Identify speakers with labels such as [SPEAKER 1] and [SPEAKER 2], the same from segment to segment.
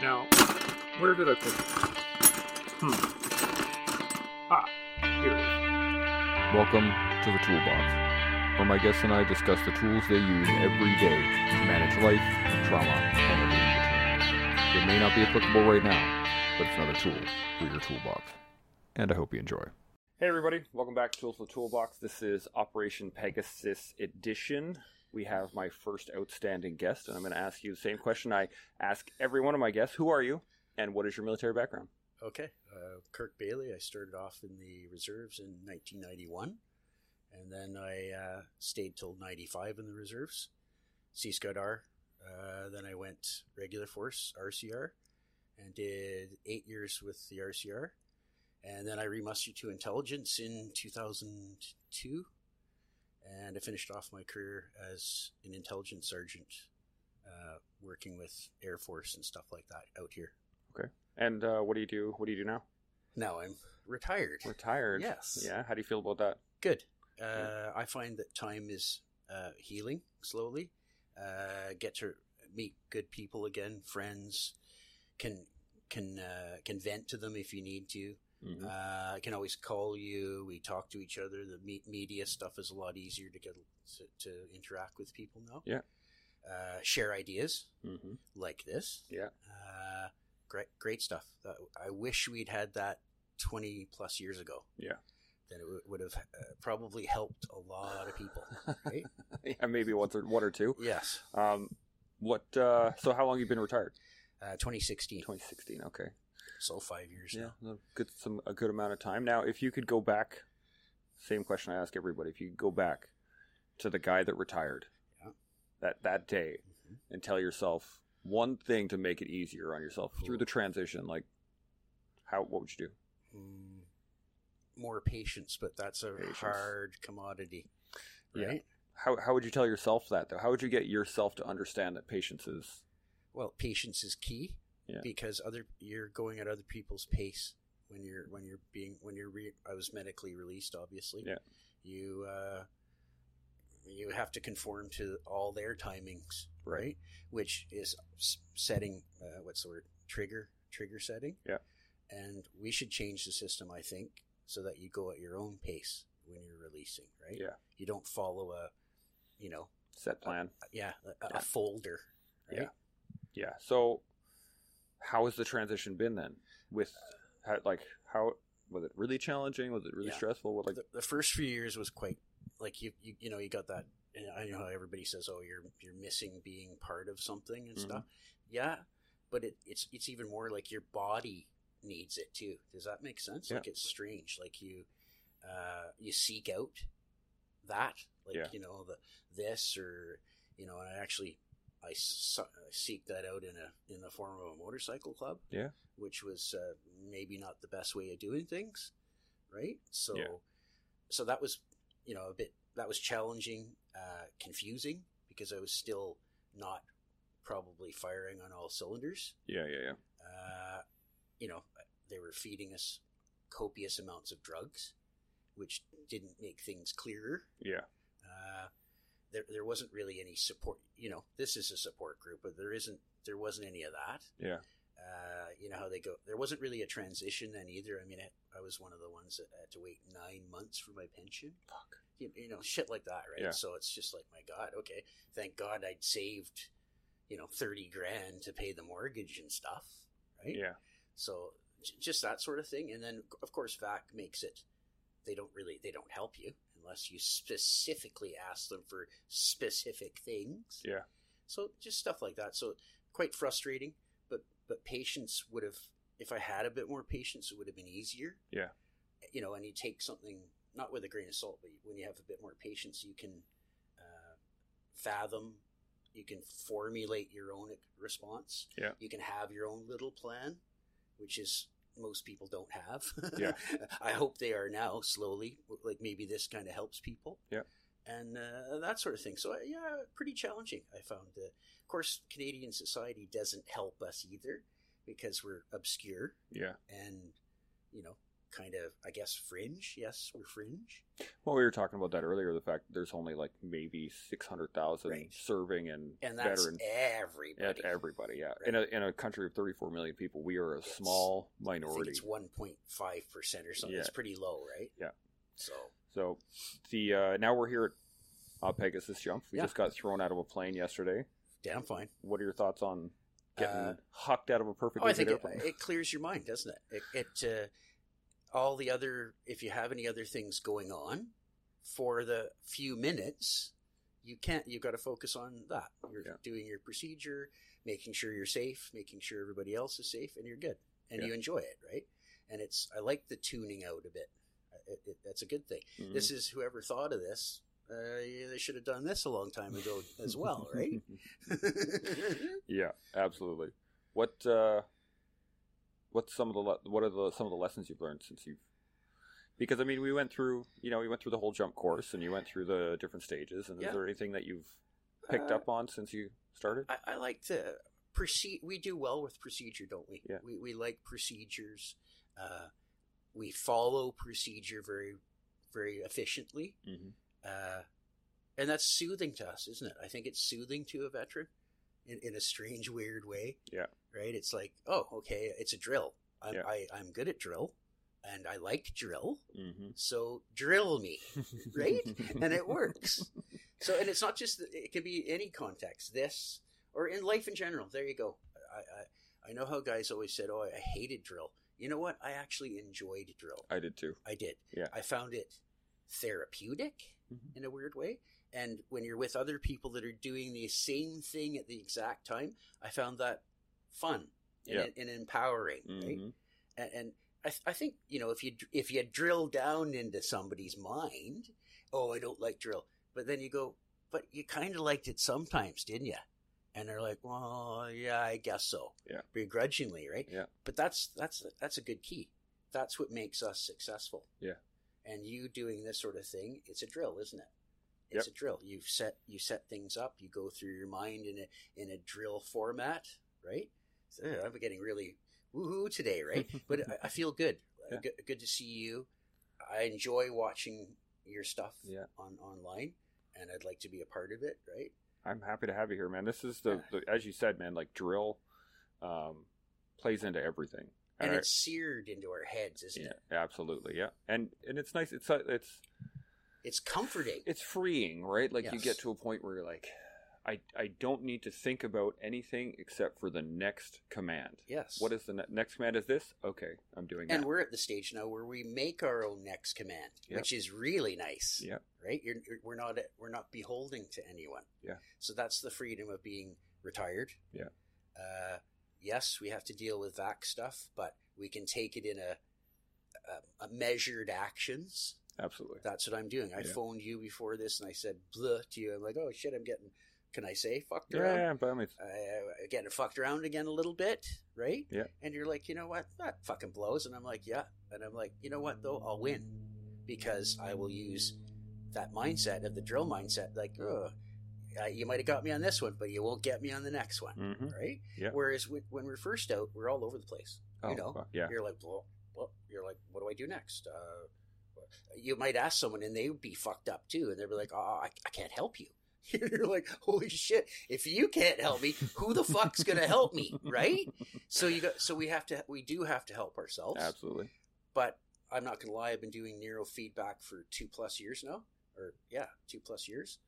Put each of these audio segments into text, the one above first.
[SPEAKER 1] Now, where did I put it? Hmm. Ah, here it is.
[SPEAKER 2] Welcome to the Toolbox, where my guests and I discuss the tools they use every day to manage life, trauma, and everything in between. It may not be applicable right now, but it's another tool for your toolbox. And I hope you enjoy. Hey, everybody. Welcome back to Tools for the Toolbox. This is Operation Pegasus Edition. We have my first outstanding guest, and I'm going to ask you the same question I ask every one of my guests Who are you, and what is your military background?
[SPEAKER 3] Okay. Uh, Kirk Bailey. I started off in the reserves in 1991, and then I uh, stayed till 95 in the reserves, Sea Scout R. Uh, then I went regular force, RCR, and did eight years with the RCR. And then I remustered to intelligence in 2002, and I finished off my career as an intelligence sergeant, uh, working with Air Force and stuff like that out here.
[SPEAKER 2] And uh, what do you do? What do you do now?
[SPEAKER 3] Now I'm retired.
[SPEAKER 2] Retired.
[SPEAKER 3] Yes.
[SPEAKER 2] Yeah. How do you feel about that?
[SPEAKER 3] Good. Uh, I find that time is uh, healing slowly. Uh, get to meet good people again, friends. Can can uh, can vent to them if you need to.
[SPEAKER 2] Mhm.
[SPEAKER 3] Uh, I can always call you. We talk to each other. The me- media stuff is a lot easier to get to, to interact with people now.
[SPEAKER 2] Yeah.
[SPEAKER 3] Uh, share ideas
[SPEAKER 2] Mm-hmm.
[SPEAKER 3] like this.
[SPEAKER 2] Yeah.
[SPEAKER 3] Uh, great, great stuff. That, I wish we'd had that 20 plus years ago.
[SPEAKER 2] Yeah.
[SPEAKER 3] Then it w- would have uh, probably helped a lot of people. Right?
[SPEAKER 2] yeah, maybe one or one or two.
[SPEAKER 3] yes.
[SPEAKER 2] Um, what? Uh, so how long you been retired?
[SPEAKER 3] Uh, 2016.
[SPEAKER 2] 2016. Okay.
[SPEAKER 3] So five years
[SPEAKER 2] Yeah,
[SPEAKER 3] now.
[SPEAKER 2] no, good some a good amount of time. Now, if you could go back, same question I ask everybody: if you could go back to the guy that retired
[SPEAKER 3] Yeah.
[SPEAKER 2] that that day
[SPEAKER 3] Mhm.
[SPEAKER 2] and tell yourself one thing to make it easier on yourself through the transition, like how what would you do?
[SPEAKER 3] Mm, more patience, but that's a
[SPEAKER 2] Patience.
[SPEAKER 3] hard commodity.
[SPEAKER 2] Yeah.
[SPEAKER 3] Right?
[SPEAKER 2] How how would you tell yourself that though? How would you get yourself to understand that patience is
[SPEAKER 3] Well, patience is key
[SPEAKER 2] Yeah.
[SPEAKER 3] because other you're going at other people's pace when you're when you're being when you're re- I was medically released, obviously.
[SPEAKER 2] Yeah.
[SPEAKER 3] You uh, you have to conform to all their timings, right? Which is s- setting uh, what's the word trigger trigger setting.
[SPEAKER 2] Yeah.
[SPEAKER 3] And we should change the system, I think, so that you go at your own pace when you're releasing, right?
[SPEAKER 2] Yeah.
[SPEAKER 3] You don't follow a, you know,
[SPEAKER 2] set
[SPEAKER 3] Uh,
[SPEAKER 2] plan?
[SPEAKER 3] yeah, a, a
[SPEAKER 2] Yeah.
[SPEAKER 3] folder. Right?
[SPEAKER 2] Yeah. Yeah. So, how has the transition been then? With how, like how was it really challenging? Was it really
[SPEAKER 3] Yeah.
[SPEAKER 2] stressful? What like
[SPEAKER 3] the, the first few years was quite like you you, you know you got that and I know how everybody says oh you're you're missing being part of something and
[SPEAKER 2] Mhm.
[SPEAKER 3] stuff yeah but it, it's it's even more like your body needs it too does that make sense
[SPEAKER 2] Yeah.
[SPEAKER 3] like it's strange like you uh, you seek out that like
[SPEAKER 2] Yeah.
[SPEAKER 3] you know the this or you know and I actually I, su- I seek that out in a in the form of a motorcycle club
[SPEAKER 2] Yeah.
[SPEAKER 3] which was uh, maybe not the best way of doing things right? So,
[SPEAKER 2] Yeah.
[SPEAKER 3] so that was, you know, a bit that was challenging, uh, confusing because I was still not probably firing on all cylinders.
[SPEAKER 2] yeah, yeah, yeah.
[SPEAKER 3] Uh, you know, they were feeding us copious amounts of drugs, which didn't make things clearer.
[SPEAKER 2] Yeah.
[SPEAKER 3] Uh, there, there wasn't really any support. You know, this is a support group, but there isn't, there wasn't any of that.
[SPEAKER 2] Yeah.
[SPEAKER 3] Uh, you know how they go. There wasn't really a transition then either. I mean, I, I was one of the ones that had to wait nine months for my pension. Fuck. You, you know, shit like that, right?
[SPEAKER 2] Yeah.
[SPEAKER 3] So it's just like, my God, okay, thank God I'd saved, you know, thirty grand to pay the mortgage and stuff, right?
[SPEAKER 2] Yeah.
[SPEAKER 3] So j- just that sort of thing, and then of course VAC makes it. They don't really they don't help you unless you specifically ask them for specific things.
[SPEAKER 2] Yeah.
[SPEAKER 3] So just stuff like that. So quite frustrating, but but patience would have if I had a bit more patience, it would have been easier.
[SPEAKER 2] Yeah.
[SPEAKER 3] You know, and you take something not with a grain of salt, but when you have a bit more patience, you can uh, fathom, you can formulate your own response.
[SPEAKER 2] Yeah.
[SPEAKER 3] You can have your own little plan, which is most people don't have.
[SPEAKER 2] Yeah.
[SPEAKER 3] I hope they are now slowly. Like maybe this kind of helps people.
[SPEAKER 2] Yeah.
[SPEAKER 3] And uh, that sort of thing. So uh, yeah, pretty challenging. I found. Uh, of course, Canadian society doesn't help us either because we're obscure
[SPEAKER 2] Yeah.
[SPEAKER 3] and you know kind of, I guess, fringe. Yes, we're fringe.
[SPEAKER 2] Well, we were talking about that earlier. The fact that there's only like maybe six hundred thousand
[SPEAKER 3] Right.
[SPEAKER 2] serving and,
[SPEAKER 3] And that's
[SPEAKER 2] veteran.
[SPEAKER 3] everybody.
[SPEAKER 2] That's everybody. Yeah. In a in a country of 34 million people, we are a
[SPEAKER 3] Yes.
[SPEAKER 2] small
[SPEAKER 3] I think
[SPEAKER 2] minority.
[SPEAKER 3] it's 1.5% or something.
[SPEAKER 2] Yeah.
[SPEAKER 3] It's pretty low, right?
[SPEAKER 2] Yeah.
[SPEAKER 3] So,
[SPEAKER 2] So the uh, now we're here at uh, Pegasus Jump. We
[SPEAKER 3] Yeah.
[SPEAKER 2] just got thrown out of a plane yesterday.
[SPEAKER 3] damn fine.
[SPEAKER 2] What are your thoughts on getting
[SPEAKER 3] Uh,
[SPEAKER 2] hucked out of a perfectly
[SPEAKER 3] Oh, I
[SPEAKER 2] good
[SPEAKER 3] think it,
[SPEAKER 2] airplane?
[SPEAKER 3] it clears your mind, doesn't it? It, it uh, all the other if you have any other things going on for the few minutes, you can't. You've got to focus on that. You're
[SPEAKER 2] Yeah.
[SPEAKER 3] doing your procedure, making sure you're safe, making sure everybody else is safe, and you're good, and
[SPEAKER 2] Yeah.
[SPEAKER 3] you enjoy it, right? And it's I like the tuning out a bit. It, it, that's a good thing.
[SPEAKER 2] Mhm.
[SPEAKER 3] This is whoever thought of this. Uh, yeah, they should have done this a long
[SPEAKER 2] Mm-hmm.
[SPEAKER 3] time ago as well, right?
[SPEAKER 2] yeah, absolutely. What uh, what's some of the le- what are the some of the lessons you've learned since you've because I mean we went through you know we went through the whole jump course and you went through the different stages and
[SPEAKER 3] Yeah.
[SPEAKER 2] is there anything that you've picked
[SPEAKER 3] Uh,
[SPEAKER 2] up on since you started?
[SPEAKER 3] I, I like to proceed. We do well with procedure, don't we?
[SPEAKER 2] Yeah.
[SPEAKER 3] We, we like procedures. Uh, we follow procedure very, very efficiently.
[SPEAKER 2] Mm-hmm.
[SPEAKER 3] Uh, and that's soothing to us, isn't it? I think it's soothing to a veteran in, in a strange, weird way.
[SPEAKER 2] Yeah.
[SPEAKER 3] Right? It's like, oh, okay, it's a drill. I'm,
[SPEAKER 2] Yeah.
[SPEAKER 3] I, I'm good at drill and I like drill.
[SPEAKER 2] Mm-hmm.
[SPEAKER 3] So drill me Right? and it works. So, and it's not just it can be any context, this or in life in general. There you go. I I, I know how guys always said, "Oh, I hated drill." You know what? I actually enjoyed drill.
[SPEAKER 2] I did too.
[SPEAKER 3] I did.
[SPEAKER 2] Yeah.
[SPEAKER 3] I found it therapeutic
[SPEAKER 2] Mhm.
[SPEAKER 3] in a weird way. And when you're with other people that are doing the same thing at the exact time, I found that fun and,
[SPEAKER 2] Yeah.
[SPEAKER 3] and empowering. Right?
[SPEAKER 2] Mhm.
[SPEAKER 3] and, and I, th- I think you know if you dr- if you drill down into somebody's mind, oh, I don't like drill, but then you go, but you kind of liked it sometimes, didn't you? And they're like, well, yeah, I guess so,
[SPEAKER 2] Yeah.
[SPEAKER 3] begrudgingly, right?
[SPEAKER 2] Yeah.
[SPEAKER 3] But that's that's that's a good key. That's what makes us successful.
[SPEAKER 2] Yeah.
[SPEAKER 3] And you doing this sort of thing, it's a drill, isn't it? It's a drill. You set you set things up. You go through your mind in a in a drill format, right? So, yeah, I'm getting really woohoo today, right? but I, I feel good.
[SPEAKER 2] Yeah.
[SPEAKER 3] good. Good to see you. I enjoy watching your stuff
[SPEAKER 2] Yeah.
[SPEAKER 3] on online, and I'd like to be a part of it, right?
[SPEAKER 2] I'm happy to have you here, man. This is the, the as you said, man. Like drill um, plays into everything,
[SPEAKER 3] And
[SPEAKER 2] I-
[SPEAKER 3] it's seared into our heads, isn't it?
[SPEAKER 2] Yeah, absolutely. Yeah, and and it's nice. It's uh, it's
[SPEAKER 3] It's comforting.
[SPEAKER 2] it's freeing, right? Like you
[SPEAKER 3] Yes.
[SPEAKER 2] get to a point where you're like, I I don't need to think about anything except for the next command.
[SPEAKER 3] yes.
[SPEAKER 2] What is the ne- next command? Is this okay? I'm doing
[SPEAKER 3] and
[SPEAKER 2] that.
[SPEAKER 3] we're at the stage now where we make our own next command,
[SPEAKER 2] Yeah.
[SPEAKER 3] which is really nice.
[SPEAKER 2] Yeah.
[SPEAKER 3] Right? You're, you're- we're not we're not beholding to anyone.
[SPEAKER 2] Yeah.
[SPEAKER 3] So that's the freedom of being retired.
[SPEAKER 2] Yeah.
[SPEAKER 3] Uh, yes, we have to deal with VAC stuff, but we can take it in a, a, a measured actions.
[SPEAKER 2] Absolutely.
[SPEAKER 3] That's what I'm doing. I
[SPEAKER 2] Yeah.
[SPEAKER 3] phoned you before this and I said blah to you. I'm like, oh shit, I'm getting. Can I say fucked
[SPEAKER 2] Yeah,
[SPEAKER 3] around?
[SPEAKER 2] yeah, by all means.
[SPEAKER 3] I, I getting fucked around again a little bit, right?
[SPEAKER 2] Yeah.
[SPEAKER 3] And you're like, you know what? That fucking blows. And I'm like, yeah. And I'm like, you know what though? I'll win because I will use that mindset of the drill mindset. Like, oh, uh, you might have got me on this one, but you won't get me on the next one,
[SPEAKER 2] Mm-hmm.
[SPEAKER 3] right?
[SPEAKER 2] Yeah.
[SPEAKER 3] Whereas when, when we're first out, we're all over the place.
[SPEAKER 2] Oh,
[SPEAKER 3] You know,
[SPEAKER 2] fuck, yeah.
[SPEAKER 3] You're like, well, well, you're like, what do I do next? Uh, you might ask someone, and they would be fucked up too, and they'd be like, oh, I, I can't help you. you're like, holy shit! If you can't help me, who the fuck's gonna help me, right? So you got, so we have to, we do have to help ourselves.
[SPEAKER 2] Absolutely.
[SPEAKER 3] But I'm not gonna lie, I've been doing neurofeedback for two plus years now, or yeah, two plus years.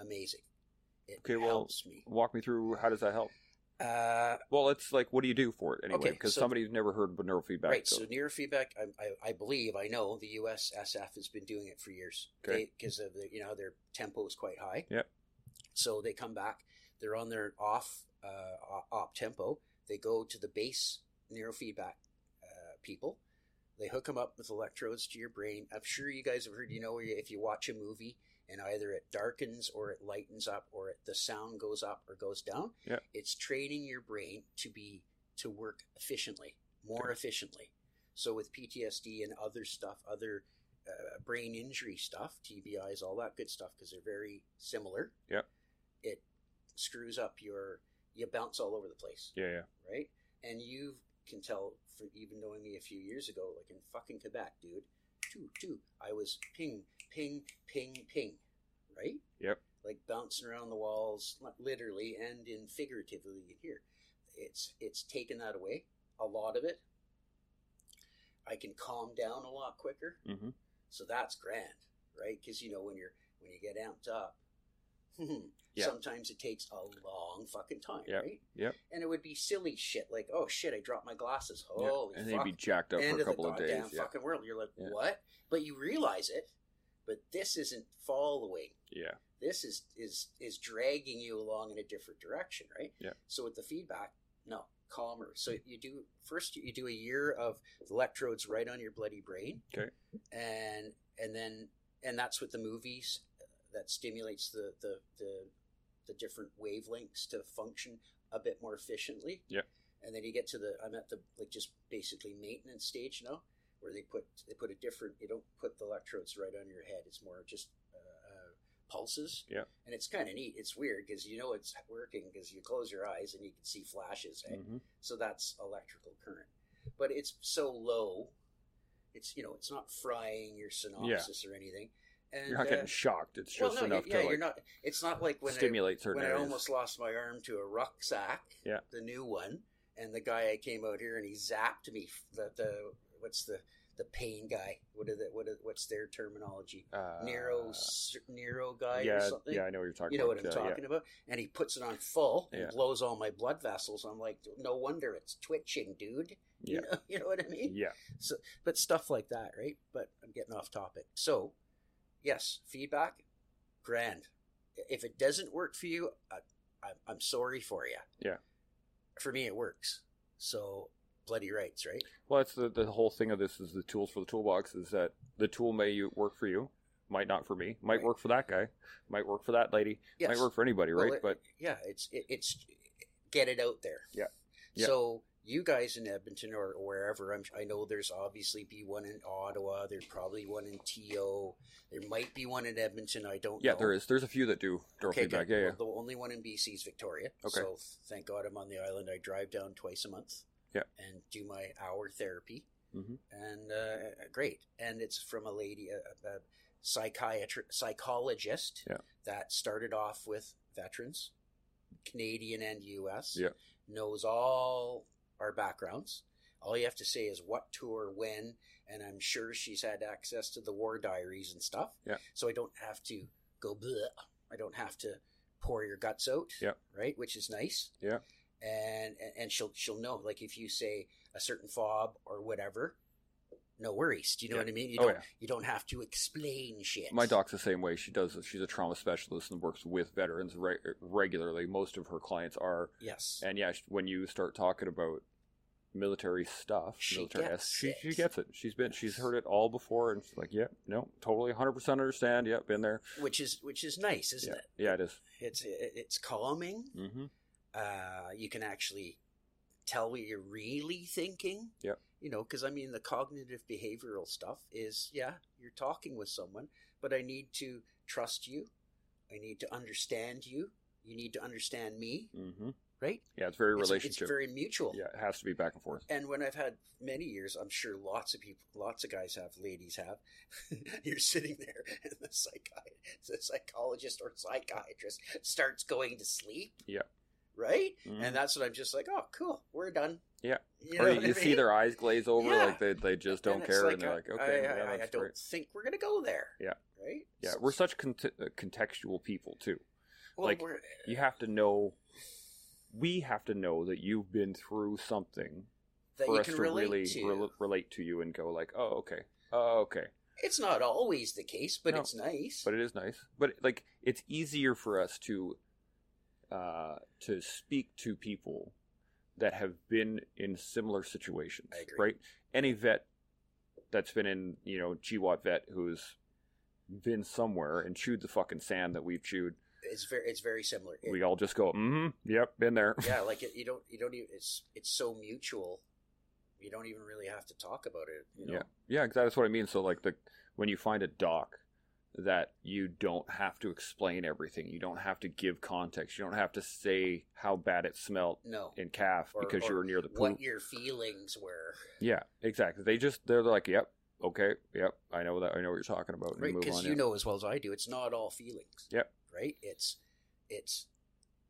[SPEAKER 3] Amazing. It
[SPEAKER 2] Okay, well,
[SPEAKER 3] helps me.
[SPEAKER 2] Walk me through. How does that help?
[SPEAKER 3] Uh,
[SPEAKER 2] Well, it's like, what do you do for it anyway?
[SPEAKER 3] Okay,
[SPEAKER 2] Because
[SPEAKER 3] so-
[SPEAKER 2] somebody's never heard of neurofeedback.
[SPEAKER 3] Right.
[SPEAKER 2] so-
[SPEAKER 3] So neurofeedback, I, I, I believe, I know the USSF has been doing it for years
[SPEAKER 2] Okay.
[SPEAKER 3] because of the, you know their tempo is quite high.
[SPEAKER 2] Yep.
[SPEAKER 3] So they come back, they're on their off uh, op tempo. They go to the base neurofeedback uh, people. They hook them up with electrodes to your brain. I'm sure you guys have heard. You know, if you watch a movie and either it darkens or it lightens up or it, the sound goes up or goes down,
[SPEAKER 2] Yep.
[SPEAKER 3] it's training your brain to be to work efficiently, more
[SPEAKER 2] Okay.
[SPEAKER 3] efficiently. So with PTSD and other stuff, other uh, brain injury stuff, TBIs, all that good stuff, because they're very similar.
[SPEAKER 2] Yep.
[SPEAKER 3] It screws up your you bounce all over the place,
[SPEAKER 2] yeah, yeah.
[SPEAKER 3] right? And you've can tell from even knowing me a few years ago, like in fucking Quebec, dude. Two, two. I was ping, ping, ping, ping, right?
[SPEAKER 2] Yep.
[SPEAKER 3] Like bouncing around the walls, li- literally and in figuratively in here. It's it's taken that away a lot of it. I can calm down a lot quicker,
[SPEAKER 2] Mm-hmm.
[SPEAKER 3] so that's grand, right? Because you know when you're when you get amped up,
[SPEAKER 2] Yeah.
[SPEAKER 3] sometimes it takes a long fucking time,
[SPEAKER 2] Yep.
[SPEAKER 3] right?
[SPEAKER 2] Yep.
[SPEAKER 3] And it would be silly shit like, oh shit, I dropped my glasses. Holy
[SPEAKER 2] and
[SPEAKER 3] fuck!
[SPEAKER 2] they'd be jacked up for
[SPEAKER 3] End
[SPEAKER 2] a
[SPEAKER 3] of the
[SPEAKER 2] couple of
[SPEAKER 3] goddamn
[SPEAKER 2] days. Yeah.
[SPEAKER 3] fucking world. You're like,
[SPEAKER 2] Yeah.
[SPEAKER 3] what? But you realize it. But this isn't following.
[SPEAKER 2] yeah.
[SPEAKER 3] This is is is dragging you along in a different direction, right?
[SPEAKER 2] Yeah.
[SPEAKER 3] So with the feedback, no, calmer. So you do first you do a year of electrodes right on your bloody brain.
[SPEAKER 2] Okay.
[SPEAKER 3] And and then and that's with the movies uh, that stimulates the the the, the different wavelengths to function a bit more efficiently.
[SPEAKER 2] Yeah.
[SPEAKER 3] And then you get to the I'm at the like just basically maintenance stage now where they put they put a different they don't put the electrodes right on your head. It's more just uh, uh, pulses.
[SPEAKER 2] Yeah.
[SPEAKER 3] And it's kind of neat. It's weird because you know it's working because you close your eyes and you can see flashes. eh?
[SPEAKER 2] Mm-hmm.
[SPEAKER 3] So that's electrical current, but it's so low. It's you know it's not frying your synopsis or anything. And,
[SPEAKER 2] You're not
[SPEAKER 3] uh,
[SPEAKER 2] getting shocked. It's
[SPEAKER 3] well,
[SPEAKER 2] just
[SPEAKER 3] no,
[SPEAKER 2] enough
[SPEAKER 3] yeah,
[SPEAKER 2] to
[SPEAKER 3] you're
[SPEAKER 2] like
[SPEAKER 3] not. It's not like when I,
[SPEAKER 2] stimulate certain
[SPEAKER 3] when I
[SPEAKER 2] areas.
[SPEAKER 3] almost lost my arm to a rucksack.
[SPEAKER 2] Yeah.
[SPEAKER 3] The new one, and the guy I came out here and he zapped me. f- The the what's the the pain guy? What are the what are, what's their terminology?
[SPEAKER 2] uh,
[SPEAKER 3] Neuro s- neuro guy
[SPEAKER 2] yeah,
[SPEAKER 3] or something.
[SPEAKER 2] yeah, I know what you're talking.
[SPEAKER 3] You know
[SPEAKER 2] about.
[SPEAKER 3] what I'm
[SPEAKER 2] yeah, yeah.
[SPEAKER 3] talking about? And he puts it on full and
[SPEAKER 2] Yeah.
[SPEAKER 3] blows all my blood vessels. I'm like, no wonder it's twitching, dude.
[SPEAKER 2] Yeah.
[SPEAKER 3] You, know, you know what I mean?
[SPEAKER 2] Yeah.
[SPEAKER 3] But stuff like that, right? But I'm getting off topic. So, yes, feedback, grand. If it doesn't work for you, I, I'm, I'm sorry for you.
[SPEAKER 2] Yeah.
[SPEAKER 3] For me, it works. So, bloody rights, right?
[SPEAKER 2] Well, that's the, the whole thing of this is the tools for the toolbox is that the tool may you- work for you, might not for me, might
[SPEAKER 3] Right.
[SPEAKER 2] work for that guy, might work for that lady,
[SPEAKER 3] Yes.
[SPEAKER 2] might work for anybody,
[SPEAKER 3] Well,
[SPEAKER 2] right?
[SPEAKER 3] it-
[SPEAKER 2] but
[SPEAKER 3] yeah, it's it, it's get it out there.
[SPEAKER 2] Yeah. Yeah.
[SPEAKER 3] So you guys in Edmonton or wherever, I'm, I know there's obviously be one in Ottawa. There's probably one in TO. There might be one in Edmonton. I don't.
[SPEAKER 2] yeah,
[SPEAKER 3] know.
[SPEAKER 2] there is. There's a few that do door
[SPEAKER 3] Okay,
[SPEAKER 2] feedback.
[SPEAKER 3] good.
[SPEAKER 2] Yeah, yeah.
[SPEAKER 3] Well, the only one in BC is Victoria.
[SPEAKER 2] Okay.
[SPEAKER 3] So thank God I'm on the island. I drive down twice a month.
[SPEAKER 2] Yeah.
[SPEAKER 3] And do my hour therapy.
[SPEAKER 2] Mhm.
[SPEAKER 3] And uh, great. And it's from a lady, a, a psychiatrist, psychologist
[SPEAKER 2] Yeah.
[SPEAKER 3] that started off with veterans, Canadian and U.S.
[SPEAKER 2] Yeah.
[SPEAKER 3] Knows all our backgrounds. All you have to say is what tour, when, and I'm sure she's had access to the war diaries and stuff.
[SPEAKER 2] Yeah.
[SPEAKER 3] So I don't have to go bleh. I don't have to pour your guts out.
[SPEAKER 2] Yep.
[SPEAKER 3] Right, which is nice.
[SPEAKER 2] Yeah.
[SPEAKER 3] And and- and she'll she'll know like if you say a certain fob or whatever, no worries. Do you know
[SPEAKER 2] Yeah.
[SPEAKER 3] what I mean? You
[SPEAKER 2] Oh
[SPEAKER 3] don't
[SPEAKER 2] yeah,
[SPEAKER 3] you don't have to explain shit.
[SPEAKER 2] my doc's the same way. She does. She's a trauma specialist and works with veterans re- regularly. Most of her clients are,
[SPEAKER 3] Yes.
[SPEAKER 2] and yeah, she- when you start talking about military stuff,
[SPEAKER 3] She
[SPEAKER 2] military,
[SPEAKER 3] gets
[SPEAKER 2] she,
[SPEAKER 3] it.
[SPEAKER 2] she gets it. She's been, she's heard it all before, and she's like, "Yep, no, totally, hundred percent understand. Yep, been there.
[SPEAKER 3] Which is which is nice, isn't
[SPEAKER 2] yeah, yeah, it is.
[SPEAKER 3] it? It's it- it's calming.
[SPEAKER 2] Mm-hmm.
[SPEAKER 3] Uh, you can actually tell what you're really thinking.
[SPEAKER 2] Yep.
[SPEAKER 3] You know, because I mean, the cognitive behavioral stuff is yeah, you're talking with someone, but I need to trust you. I need to understand you. You need to understand me,
[SPEAKER 2] Mm-hmm.
[SPEAKER 3] right?
[SPEAKER 2] Yeah, it's very
[SPEAKER 3] It's- It's,
[SPEAKER 2] relationship.
[SPEAKER 3] very mutual.
[SPEAKER 2] yeah, it has to be back and forth.
[SPEAKER 3] And when I've had many years, I'm sure lots of people, lots of guys have, ladies have. You're sitting there, and the, psychi- the psychologist or psychiatrist starts going to sleep.
[SPEAKER 2] Yeah.
[SPEAKER 3] Right?
[SPEAKER 2] Mhm.
[SPEAKER 3] And that's what I'm just like, oh, cool, we're done.
[SPEAKER 2] Yeah.
[SPEAKER 3] You
[SPEAKER 2] or
[SPEAKER 3] know
[SPEAKER 2] you,
[SPEAKER 3] what I
[SPEAKER 2] you see
[SPEAKER 3] mean?
[SPEAKER 2] their eyes glaze over,
[SPEAKER 3] Yeah.
[SPEAKER 2] like they, they just don't
[SPEAKER 3] it's
[SPEAKER 2] care, and they're like,
[SPEAKER 3] I-
[SPEAKER 2] okay,
[SPEAKER 3] I,
[SPEAKER 2] yeah,
[SPEAKER 3] I, I
[SPEAKER 2] that's
[SPEAKER 3] don't
[SPEAKER 2] great.
[SPEAKER 3] think we're gonna go there.
[SPEAKER 2] Yeah.
[SPEAKER 3] Right.
[SPEAKER 2] Yeah, we're such cont- uh, contextual people too.
[SPEAKER 3] well,
[SPEAKER 2] like-
[SPEAKER 3] we're,
[SPEAKER 2] You have to know. We have to know that you've been through something
[SPEAKER 3] that
[SPEAKER 2] for
[SPEAKER 3] you
[SPEAKER 2] us
[SPEAKER 3] can
[SPEAKER 2] to
[SPEAKER 3] relate
[SPEAKER 2] really
[SPEAKER 3] to.
[SPEAKER 2] rel- relate to you and go like, oh, okay, oh, okay.
[SPEAKER 3] it's not always the case, but
[SPEAKER 2] No.
[SPEAKER 3] it's nice.
[SPEAKER 2] But it is nice. But like, it's easier for us to uh, to speak to people that have been in similar situations,
[SPEAKER 3] I agree.
[SPEAKER 2] right? Any vet that's been in, you know, GWAT vet who's been somewhere and chewed the fucking sand that we've chewed,
[SPEAKER 3] it's very, it's very similar. It-
[SPEAKER 2] we all just go, mm-hmm, yep, been there.
[SPEAKER 3] yeah, like it, you don't, you don't even. It's, it's so mutual. You don't even really have to talk about it. You know?
[SPEAKER 2] Yeah, yeah, 'cause that's what I mean. So like the when you find a doc that you don't have to explain everything. You don't have to give context. You don't have to say how bad it smelled
[SPEAKER 3] No.
[SPEAKER 2] in calf
[SPEAKER 3] Or-
[SPEAKER 2] because
[SPEAKER 3] or
[SPEAKER 2] you were near the poop.
[SPEAKER 3] What your feelings were.
[SPEAKER 2] Yeah, exactly. They just they're like, "Yep, okay, yep, I know that. I know what you're talking about." and
[SPEAKER 3] Right,
[SPEAKER 2] move
[SPEAKER 3] because
[SPEAKER 2] on,
[SPEAKER 3] you
[SPEAKER 2] yeah.
[SPEAKER 3] know as well as I do, it's not all feelings.
[SPEAKER 2] Yep.
[SPEAKER 3] Right. It's it's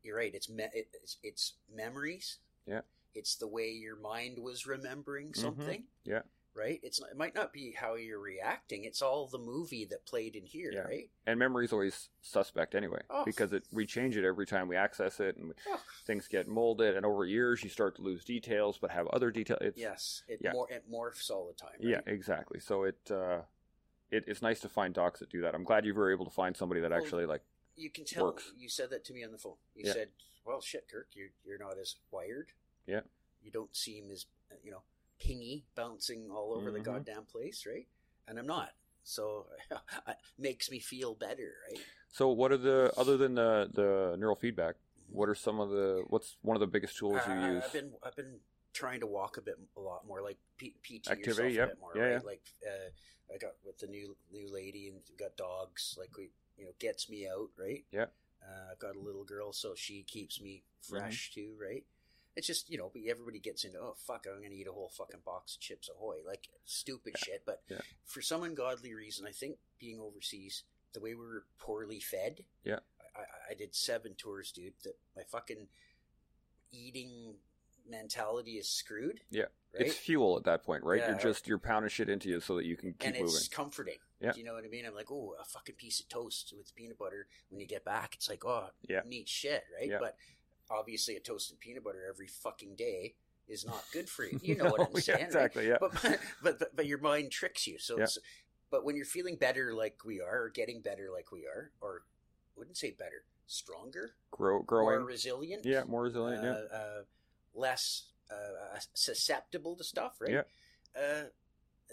[SPEAKER 3] you're right. It's me- it- it's, it's memories.
[SPEAKER 2] Yeah. Mm-hmm.
[SPEAKER 3] It's the way your mind was remembering something.
[SPEAKER 2] Yeah.
[SPEAKER 3] Right. It's not, it might not be how you're reacting. It's all the movie that played in here.
[SPEAKER 2] Yeah.
[SPEAKER 3] Right.
[SPEAKER 2] and memory's always suspect anyway
[SPEAKER 3] Oh.
[SPEAKER 2] because it we change it every time we access it, and
[SPEAKER 3] Oh.
[SPEAKER 2] things get molded. And over years, you start to lose details, but have other details. It's,
[SPEAKER 3] Yes. It
[SPEAKER 2] Yeah.
[SPEAKER 3] more it morphs all the time.
[SPEAKER 2] yeah,
[SPEAKER 3] right?
[SPEAKER 2] exactly. So it uh, it it's nice to find docs that do that. I'm glad you were able to find somebody that
[SPEAKER 3] Well,
[SPEAKER 2] actually like.
[SPEAKER 3] You can tell.
[SPEAKER 2] Works.
[SPEAKER 3] You said that to me on the phone. You
[SPEAKER 2] Yeah.
[SPEAKER 3] said, "Well, shit, Kirk, you're you're not as wired.
[SPEAKER 2] Yeah.
[SPEAKER 3] You don't seem as uh, you know pingy, bouncing all over the
[SPEAKER 2] Mhm.
[SPEAKER 3] goddamn place, right? And I'm not. So it makes me feel better, right?
[SPEAKER 2] So what are the other than the the neural feedback? What are some of the what's one of the biggest tools you
[SPEAKER 3] Uh,
[SPEAKER 2] use?
[SPEAKER 3] I've been I've been trying to walk a bit a lot more, like P- PT
[SPEAKER 2] Activity,
[SPEAKER 3] yourself
[SPEAKER 2] yep.
[SPEAKER 3] a bit more,
[SPEAKER 2] Yeah,
[SPEAKER 3] right?
[SPEAKER 2] yeah.
[SPEAKER 3] Like uh, I got with the new new lady and we got dogs, like we you know gets me out, right?
[SPEAKER 2] Yeah. Mm-hmm.
[SPEAKER 3] Uh, I've got a little girl, so she keeps me fresh too, right? It's just you know, but everybody gets into oh fuck, I'm gonna eat a whole fucking box of chips ahoy, like stupid shit. But
[SPEAKER 2] Yeah.
[SPEAKER 3] for some ungodly reason, I think being overseas, the way we were poorly fed,
[SPEAKER 2] Yeah.
[SPEAKER 3] I- I, I did seven tours, dude. That my fucking eating mentality is screwed.
[SPEAKER 2] Yeah.
[SPEAKER 3] right.
[SPEAKER 2] It's fuel at that point, right?
[SPEAKER 3] Yeah,
[SPEAKER 2] you're just you're pounding shit into you so that you can keep
[SPEAKER 3] and it's
[SPEAKER 2] moving.
[SPEAKER 3] comforting.
[SPEAKER 2] Yeah.
[SPEAKER 3] Do you know what I mean? I'm like, oh, a fucking piece of toast with peanut butter. When you get back, it's like, oh,
[SPEAKER 2] Yeah.
[SPEAKER 3] neat shit, right?
[SPEAKER 2] Yeah.
[SPEAKER 3] But obviously, a toast and peanut butter every fucking day is not good for you. You know what I'm
[SPEAKER 2] Oh, yeah,
[SPEAKER 3] saying? right?
[SPEAKER 2] exactly. Yeah.
[SPEAKER 3] but, but but but your mind tricks you. So,
[SPEAKER 2] Yeah.
[SPEAKER 3] it's, but when you're feeling better like we are, or getting better like we are, or I wouldn't say better, stronger,
[SPEAKER 2] Grow,
[SPEAKER 3] more
[SPEAKER 2] growing.
[SPEAKER 3] resilient,
[SPEAKER 2] Yeah, more resilient. yeah.
[SPEAKER 3] uh, uh, less uh, uh, susceptible to stuff, right?
[SPEAKER 2] Yeah.
[SPEAKER 3] Uh,